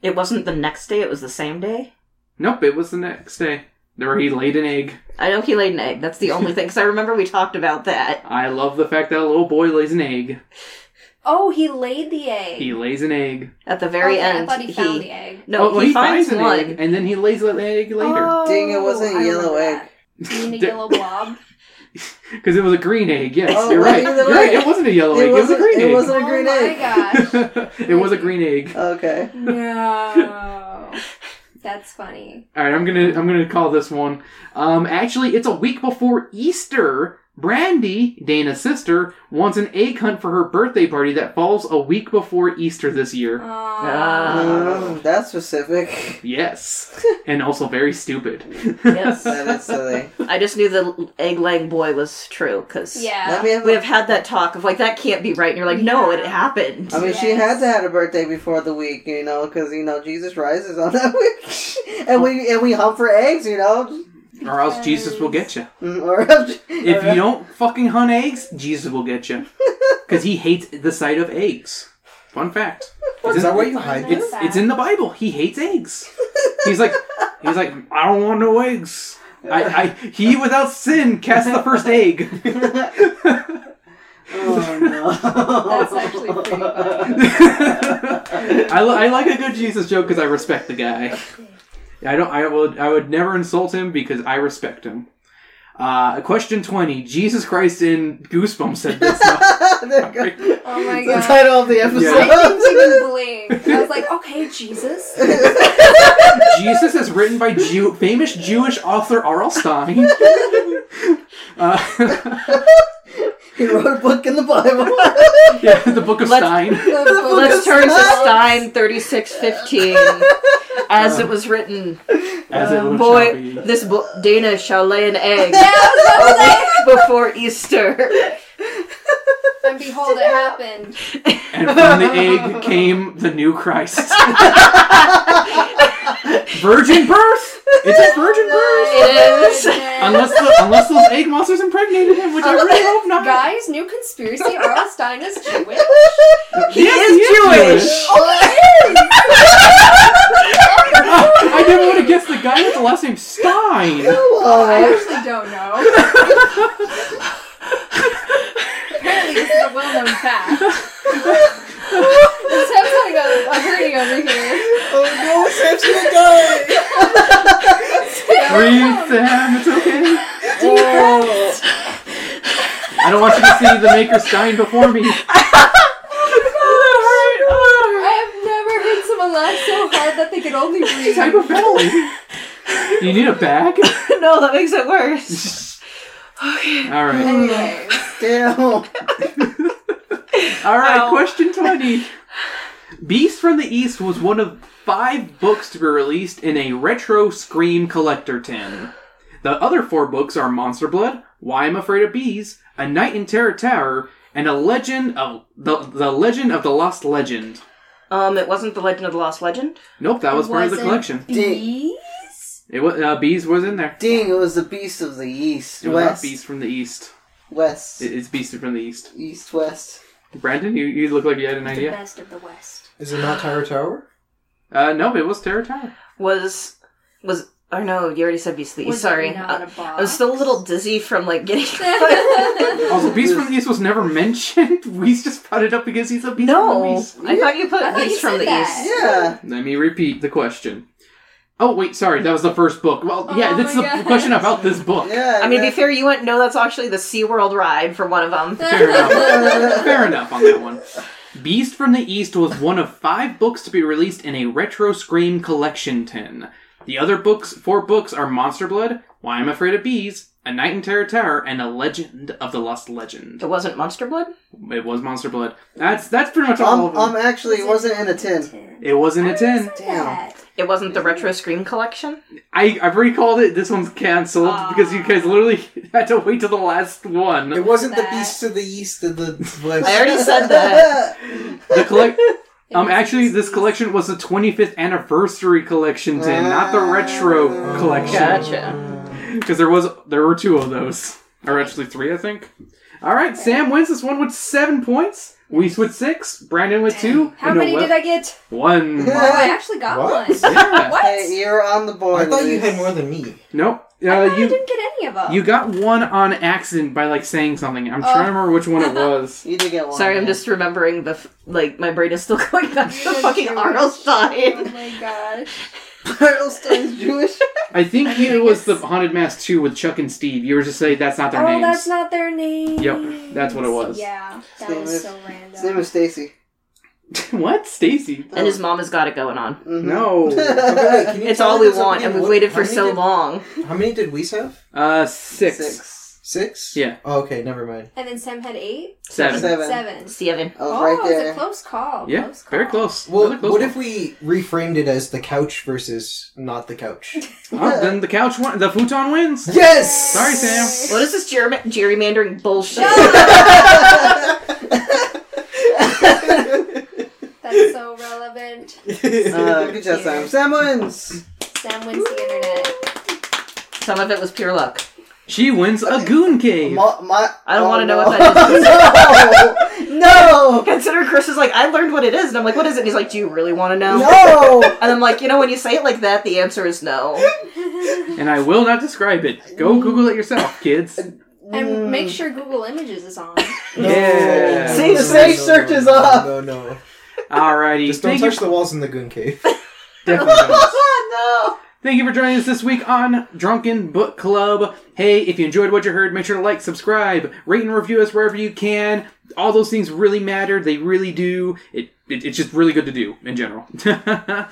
Speaker 3: It wasn't the next day. It was the same day.
Speaker 1: nope, it was the next day. Where he laid an egg.
Speaker 3: I know he laid an egg. That's the only thing. Because I remember we talked about that.
Speaker 1: I love the fact that a little boy lays an egg.
Speaker 2: Oh, he laid the egg.
Speaker 1: He lays an egg.
Speaker 3: At the very
Speaker 2: Okay, I
Speaker 3: end,
Speaker 2: thought he, found the egg.
Speaker 3: no,
Speaker 1: Oh, well,
Speaker 3: he, finds,
Speaker 1: an
Speaker 3: one.
Speaker 1: egg, and then he lays an egg later
Speaker 4: Dang, it wasn't
Speaker 2: I
Speaker 4: yellow
Speaker 2: remember
Speaker 4: egg.
Speaker 2: that. Oh, You mean a
Speaker 1: [laughs] Da-
Speaker 2: yellow
Speaker 4: [laughs]
Speaker 2: blob?
Speaker 1: because it was a green egg. Yes,
Speaker 4: Oh,
Speaker 1: you're right.
Speaker 4: right, you're
Speaker 1: You're
Speaker 4: right.
Speaker 1: right. It wasn't a yellow
Speaker 4: It
Speaker 1: egg. It was a
Speaker 4: wasn't.
Speaker 1: green
Speaker 4: It
Speaker 1: egg.
Speaker 4: wasn't a
Speaker 2: Oh
Speaker 4: green
Speaker 2: my
Speaker 1: [laughs]
Speaker 4: egg.
Speaker 2: gosh.
Speaker 4: [laughs]
Speaker 1: it was a green egg.
Speaker 4: Okay.
Speaker 2: No. That's funny.
Speaker 1: All right, I'm gonna I'm gonna call this one. Um, actually, it's a week before Easter. Brandy, Dana's sister, wants an egg hunt for her birthday party that falls a week before Easter this year.
Speaker 2: Uh.
Speaker 3: Uh,
Speaker 2: Aw.
Speaker 4: Um, that's specific. [laughs]
Speaker 1: Yes, and also very stupid.
Speaker 3: [laughs]
Speaker 1: [laughs]
Speaker 3: Yes.
Speaker 4: That is silly.
Speaker 3: I just knew the egg laying boy was true because
Speaker 2: yeah.
Speaker 4: I mean,
Speaker 3: we have had that talk of like that can't be right, and you're like, no, it happened.
Speaker 4: I mean, she
Speaker 2: Yes.
Speaker 4: had to have a birthday before the week, you know, because you know Jesus rises on that [laughs] week, and we and we hunt for eggs, you know,
Speaker 1: or else Jesus will get
Speaker 5: [laughs]
Speaker 1: you.
Speaker 4: Mm, or [laughs]
Speaker 1: If you don't fucking hunt eggs, Jesus will get
Speaker 5: [laughs]
Speaker 1: you. Because he hates the sight of eggs. Fun fact. It's
Speaker 5: [laughs] Is that
Speaker 1: in,
Speaker 5: why you hide
Speaker 2: It's-
Speaker 5: [laughs] it?
Speaker 1: it's, it's in the Bible. He hates
Speaker 5: [laughs]
Speaker 1: eggs. He's like, he's like, I don't want no eggs. I, I, he without sin cast the first
Speaker 5: [laughs]
Speaker 1: egg.
Speaker 4: oh [laughs] no,
Speaker 2: That's actually pretty funny.
Speaker 1: [laughs] I, li- I like a good Jesus joke because I respect the guy. I don't. I would. I would never insult him because I respect him. Uh, question twenty. Jesus Christ in Goosebumps said
Speaker 3: [laughs]
Speaker 1: this.
Speaker 4: There [laughs] you go.
Speaker 2: Oh my
Speaker 4: the
Speaker 2: god.
Speaker 4: title of the
Speaker 2: I
Speaker 4: episode.
Speaker 2: didn't even blink. I was like, okay,
Speaker 4: [laughs]
Speaker 2: Jesus.
Speaker 1: Jesus is written by Jew- famous Jewish author R.L.
Speaker 3: [laughs]
Speaker 1: Stein. Uh, [laughs]
Speaker 4: he wrote a book in the Bible.
Speaker 1: yeah, the Book of
Speaker 3: Let's-
Speaker 1: Stein.
Speaker 3: Let's turn to
Speaker 4: [laughs]
Speaker 3: Stein thirty six fifteen, as it was written. Oh,
Speaker 1: As it would shall
Speaker 3: Boy,
Speaker 1: be.
Speaker 3: this bo- Dana shall lay an egg
Speaker 2: Yeah, I was about to say.
Speaker 3: before Easter. [laughs]
Speaker 2: And behold, it happened.
Speaker 1: And from the egg came the new
Speaker 3: [laughs]
Speaker 1: Christ. virgin birth. It's a
Speaker 3: [laughs]
Speaker 1: virgin birth.
Speaker 3: It is.
Speaker 1: Unless the, unless those egg monsters impregnated him, which I really hope not.
Speaker 2: Guys, new conspiracy. R.L. Stein is Jewish.
Speaker 1: he
Speaker 3: is Jewish.
Speaker 1: Oh, [laughs] I never would have guessed the guy with the last name Stein.
Speaker 2: I
Speaker 4: oh,
Speaker 2: actually don't know. Apparently, this is a well-known fact. This sounds like a, a hurting over here.
Speaker 5: [laughs]
Speaker 4: no, Samson the guy.
Speaker 1: Breathe, Sam. It's okay. I don't want you to see the Maker Stein before me.
Speaker 2: I have never heard someone laugh so hard that they could only breathe.
Speaker 1: Hyperventilating. Do you need a bag?
Speaker 3: no, that makes it worse.
Speaker 1: All right.
Speaker 2: Anyway,
Speaker 4: Damn.
Speaker 1: All right.
Speaker 3: Ow.
Speaker 1: Question twenty. Beast from the East was one of five books to be released in a retro Scream collector tin. The other four books are Monster Blood, Why I'm Afraid of Bees, A Night in Terror Tower, and a Legend of the the Legend of the Lost Legend.
Speaker 3: Um, it wasn't the Legend of the Lost Legend.
Speaker 1: Nope, that was part of the
Speaker 2: Wasn't
Speaker 1: collection.
Speaker 2: bees?
Speaker 1: It was uh, Bees was in there.
Speaker 4: Ding! It was the Beast of the East.
Speaker 1: It was not
Speaker 4: West.
Speaker 1: Beast from the East.
Speaker 4: West.
Speaker 1: It- It's Beasted from the East.
Speaker 4: East, west.
Speaker 1: Brandon, you, you look like you had an
Speaker 2: The
Speaker 1: idea.
Speaker 2: best of the West.
Speaker 5: Is it not Tower Tower?
Speaker 1: Uh, no, it was Terror Tower.
Speaker 3: Was was or no? You already said Beast of the East.
Speaker 2: Was
Speaker 3: Sorry,
Speaker 2: it not
Speaker 3: Uh,
Speaker 2: a box? [laughs]
Speaker 3: I was still a little dizzy from like getting.
Speaker 1: Also, Beast from Oh, the East was never mentioned. [laughs] Weiss just brought it up because he's a Beast from the
Speaker 3: no,
Speaker 1: East.
Speaker 3: I thought you put
Speaker 2: I thought you
Speaker 3: Beast from
Speaker 2: said
Speaker 3: the
Speaker 2: that.
Speaker 3: East.
Speaker 4: Yeah.
Speaker 1: Let me repeat the question. Oh, wait, sorry, that was the first book. Well, yeah,
Speaker 2: Oh
Speaker 1: that's
Speaker 2: my
Speaker 1: the
Speaker 2: God.
Speaker 1: question about this book.
Speaker 4: Yeah.
Speaker 3: I mean, to be
Speaker 4: that-
Speaker 3: fair, you went no. That's actually the SeaWorld ride for one of them.
Speaker 1: Fair enough. Fair enough on that one. Beast from the East was one of five books to be released in a Retro Scream collection tin. The other books, four books, are Monster Blood, Why I'm Afraid of Bees, A Night in Terror Tower, and A Legend of the Lost Legend.
Speaker 3: It wasn't Monster Blood.
Speaker 1: It was Monster Blood. That's that's pretty much all
Speaker 4: Um,
Speaker 1: of
Speaker 4: um,
Speaker 1: them.
Speaker 4: actually, it wasn't in a tin.
Speaker 1: It wasn't a tin.
Speaker 4: Damn.
Speaker 3: It wasn't the Retro Scream collection.
Speaker 1: I I've already called it. This one's canceled because you
Speaker 2: Ah.
Speaker 1: guys literally [laughs] had to wait till the last one.
Speaker 5: It wasn't the
Speaker 2: That-
Speaker 5: Beast of the East of the West.
Speaker 3: I
Speaker 5: [laughs]
Speaker 3: already [laughs] said that.
Speaker 1: The
Speaker 2: [laughs]
Speaker 1: collect. Um, actually, this collection was the 25th anniversary collection tin, not the
Speaker 2: Ah.
Speaker 1: retro collection,
Speaker 3: Gotcha.
Speaker 1: because there was there were two of those, or actually three, I think. All right, Sam wins this one with seven points. Weiss with six, Brandon with two,
Speaker 2: How many did I get? [laughs]
Speaker 1: One.
Speaker 2: Oh, I actually got
Speaker 5: What?
Speaker 2: one.
Speaker 1: Yeah.
Speaker 2: What?
Speaker 4: [laughs] Hey, you're on the board.
Speaker 5: I thought you
Speaker 4: Luis.
Speaker 5: had more than me.
Speaker 1: nope. Uh,
Speaker 2: I, thought I
Speaker 1: you
Speaker 2: didn't get any of them.
Speaker 1: you got one on accident by like saying something. I'm
Speaker 2: Oh.
Speaker 1: trying to remember which one it was.
Speaker 4: You did get one.
Speaker 3: Sorry, I'm
Speaker 4: yeah. [laughs]
Speaker 3: just remembering the f- like my brain is still [laughs] going back to the
Speaker 2: You're
Speaker 3: fucking
Speaker 2: Jewish. Oh
Speaker 3: Arlstein.
Speaker 2: my gosh.
Speaker 4: Bartlestein's
Speaker 3: [laughs]
Speaker 4: Jewish.
Speaker 1: I think it was the Haunted Mask two with Chuck and Steve. You were just saying that's not their
Speaker 2: oh,
Speaker 1: names.
Speaker 2: that's not their name.
Speaker 1: Yep, that's what it was.
Speaker 2: Yeah, that
Speaker 4: His name
Speaker 2: was
Speaker 4: is-
Speaker 2: so random.
Speaker 4: His name is Stacy.
Speaker 1: [laughs] what, Stacy?
Speaker 4: Oh.
Speaker 3: And his mom has got it going on.
Speaker 5: Mm-hmm.
Speaker 4: Mhm.
Speaker 5: [laughs]
Speaker 1: No.
Speaker 4: Mm-hmm. [laughs]
Speaker 5: Okay, wait, can you
Speaker 3: It's
Speaker 5: tell
Speaker 3: all
Speaker 5: me
Speaker 3: we
Speaker 5: this
Speaker 3: want,
Speaker 5: again?
Speaker 3: and we've
Speaker 5: What-
Speaker 3: waited
Speaker 5: how
Speaker 3: for
Speaker 5: many
Speaker 3: so
Speaker 5: did-
Speaker 3: long.
Speaker 5: How many did we have?
Speaker 1: Uh, six.
Speaker 4: Six.
Speaker 5: Six.
Speaker 1: Yeah.
Speaker 5: Oh, okay, never mind.
Speaker 2: And then Sam had eight?
Speaker 1: Seven.
Speaker 4: Seven.
Speaker 2: Seven.
Speaker 3: Seven.
Speaker 4: I was
Speaker 2: Oh,
Speaker 4: right
Speaker 2: it's
Speaker 4: there.
Speaker 2: a close call.
Speaker 1: Yeah,
Speaker 2: close call.
Speaker 1: very close.
Speaker 5: Well,
Speaker 1: Another close
Speaker 5: what
Speaker 1: one.
Speaker 5: if we reframed it as the couch versus not the couch?
Speaker 1: Oh, then the couch won. The futon wins.
Speaker 5: yes.
Speaker 1: Sorry,
Speaker 3: [laughs]
Speaker 5: [laughs]
Speaker 1: Sam.
Speaker 3: What is this gerry- gerrymandering bullshit?
Speaker 2: That's so relevant.
Speaker 4: uh, good job, Sam. Sam wins.
Speaker 2: Sam wins the internet.
Speaker 3: Some of it was pure luck.
Speaker 1: She wins a goon cave.
Speaker 4: Ma- ma-
Speaker 3: I don't
Speaker 4: oh,
Speaker 3: want to know
Speaker 4: no.
Speaker 3: what that is.
Speaker 4: [laughs] No.
Speaker 3: Consider Chris is like, I learned what it is, and I'm like, what is it? And he's like, do you really want to know?
Speaker 4: No.
Speaker 2: [laughs]
Speaker 4: No.
Speaker 3: And I'm like, you know, when you say it like that, the answer is no.
Speaker 1: And I will not describe it. Go Google it yourself,
Speaker 5: [laughs]
Speaker 1: kids.
Speaker 2: And make sure Google Images is on.
Speaker 1: Yeah.
Speaker 5: Save
Speaker 4: Safe- safe search is off.
Speaker 5: No, no.
Speaker 1: Alrighty.
Speaker 5: Just don't
Speaker 1: Thank you-
Speaker 5: touch the walls in the goon cave.
Speaker 1: Definitely don't.
Speaker 3: no.
Speaker 1: Thank you for joining us this week on Drunken Book Club. Hey, if you enjoyed what you heard, make sure to like, subscribe, rate, and review us wherever you can. All those things really matter. They really do. It, it it's just really good to do in general. [laughs] uh,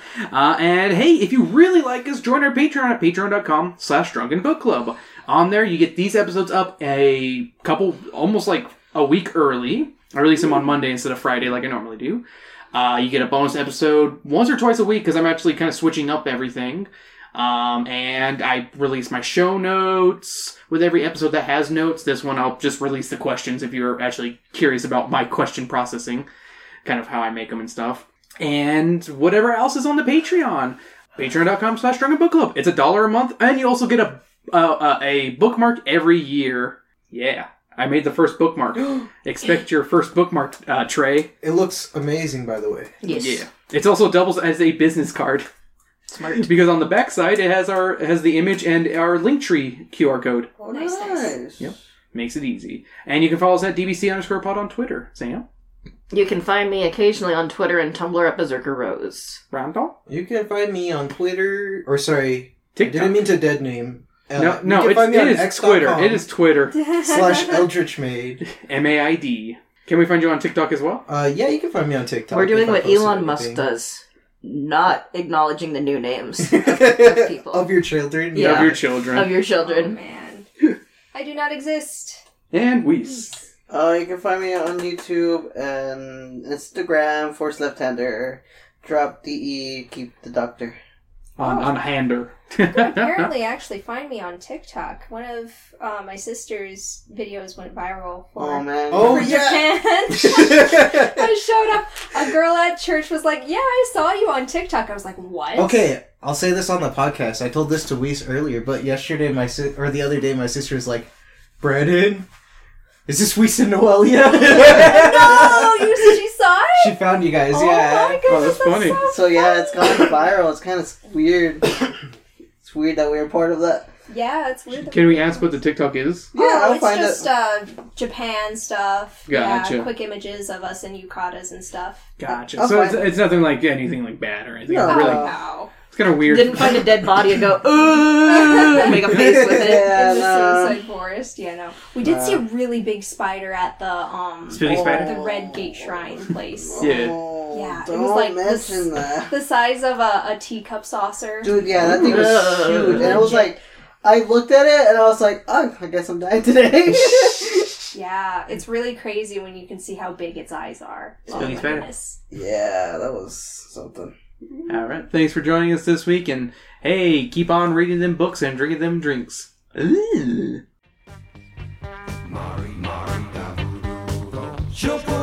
Speaker 1: and hey, if you really like us, join our Patreon at patreon.com slash drunken book club. On there, you get these episodes up a couple, almost like a week early. I release them on Monday instead of Friday like I normally do. Uh, you get a bonus episode once or twice a week because I'm actually kind of switching up everything. Um, and I release my show notes with every episode that has notes. This one, I'll just release the questions if you're actually curious about my question processing, kind of how I make them and stuff. And whatever else is on the Patreon, patreon.com slash drunken book club. It's a dollar a month, and you also get a, uh, uh, a bookmark every year. Yeah. I made the first bookmark. Expect your first bookmark uh, tray.
Speaker 5: [laughs] It looks amazing, by the way.
Speaker 3: Yes.
Speaker 1: Yeah. It also doubles as a business card.
Speaker 3: Smart.
Speaker 1: Because on the backside it has our it has the image and our Linktree QR code.
Speaker 2: Oh, nice, [laughs] nice.
Speaker 4: Nice.
Speaker 1: Yep. Makes it easy. And you can follow us at DBC underscore pod on Twitter. Sam?
Speaker 3: You can find me occasionally on Twitter and Tumblr at Berserker Rose.
Speaker 1: Randall?
Speaker 5: You can find me on Twitter, or sorry, I
Speaker 1: TikTok.
Speaker 5: didn't mean to dead name. Uh,
Speaker 1: no,
Speaker 5: you
Speaker 1: no,
Speaker 5: can
Speaker 1: it's,
Speaker 5: find me
Speaker 1: it
Speaker 5: on
Speaker 1: is
Speaker 5: x.com
Speaker 1: Twitter. It is Twitter. [laughs]
Speaker 5: [laughs]
Speaker 2: [laughs]
Speaker 5: slash Eldritch Maid.
Speaker 1: M A I D. Can we find you on TikTok as well?
Speaker 5: Uh, yeah, you can find me on TikTok.
Speaker 3: We're doing
Speaker 5: if I
Speaker 3: what
Speaker 5: post
Speaker 3: Elon Musk
Speaker 5: anything.
Speaker 3: does, not acknowledging the new names
Speaker 5: [laughs]
Speaker 3: people.
Speaker 5: of your children.
Speaker 3: Yeah.
Speaker 1: Of your children.
Speaker 3: of your
Speaker 2: Oh,
Speaker 3: children.
Speaker 2: man. I do not
Speaker 1: [laughs]
Speaker 2: exist.
Speaker 1: and Weiss.
Speaker 4: Uh, you can find me on YouTube and Instagram, Force Left Hander. Drop the E, keep the doctor.
Speaker 1: On, on Hander. [laughs]
Speaker 2: apparently actually find me on TikTok. One of uh, my sister's videos went viral for,
Speaker 4: Oh man.
Speaker 5: Oh,
Speaker 2: for
Speaker 5: yeah.
Speaker 4: [laughs]
Speaker 2: Japan.
Speaker 5: [laughs]
Speaker 2: I showed up. A girl at church was like, "Yeah, I saw you on TikTok." I was like, "What?"
Speaker 5: Okay, I'll say this on the podcast. I told this to Weiss earlier, but yesterday my si- or the other day my sister was like, "Brandon, Is this Weiss and Noelia?
Speaker 2: [laughs] [laughs] no, you, she saw
Speaker 4: [laughs]
Speaker 2: it.
Speaker 5: She found you guys,
Speaker 2: oh
Speaker 5: yeah.
Speaker 2: my goodness,
Speaker 1: Oh, that's funny.
Speaker 2: so
Speaker 4: So yeah, it's gone viral. It's kind of weird. It's weird that we were part of that.
Speaker 2: Yeah, it's weird. that
Speaker 1: Can we ask what the TikTok is?
Speaker 4: Yeah,
Speaker 2: oh,
Speaker 4: I'll
Speaker 2: it's
Speaker 4: find
Speaker 2: just
Speaker 4: it.
Speaker 2: uh, Japan stuff.
Speaker 1: Gotcha.
Speaker 2: Yeah, quick images of us in yukatas and stuff. Oh,
Speaker 1: Gotcha.
Speaker 4: I'll
Speaker 1: so it's,
Speaker 4: find
Speaker 1: it's nothing like anything like bad or anything.
Speaker 4: No.
Speaker 1: It's Really,
Speaker 2: Ow.
Speaker 1: it's kind of weird.
Speaker 3: Uh, Didn't find a dead body and go ooh and make a face
Speaker 4: [laughs]
Speaker 3: with it.
Speaker 4: Yeah,
Speaker 2: in the
Speaker 4: no.
Speaker 2: suicide forest, yeah, no. We did see a
Speaker 4: uh,
Speaker 2: really big spider at the um
Speaker 1: Spooky spider?
Speaker 2: the Red Gate Shrine place.
Speaker 4: [laughs]
Speaker 1: Yeah.
Speaker 4: Oh,
Speaker 2: Yeah, it was
Speaker 4: Don't
Speaker 2: like this-
Speaker 4: mention that,
Speaker 2: The size of a, a teacup saucer.
Speaker 4: dude. Yeah, that thing was
Speaker 3: Ugh.
Speaker 4: huge, and it was like, I looked at it and I was like, oh, I guess I'm dying today.
Speaker 2: Yeah, it's really crazy when you can see how big its eyes are. Oh
Speaker 1: Spooky
Speaker 2: my
Speaker 1: spider.
Speaker 2: goodness.
Speaker 4: yeah, that was something.
Speaker 1: All right. Thanks for joining us this week, and hey, keep on reading them books and drinking them drinks. Ooh.
Speaker 6: Mari, Mari, da, boo, doo, go. She'll put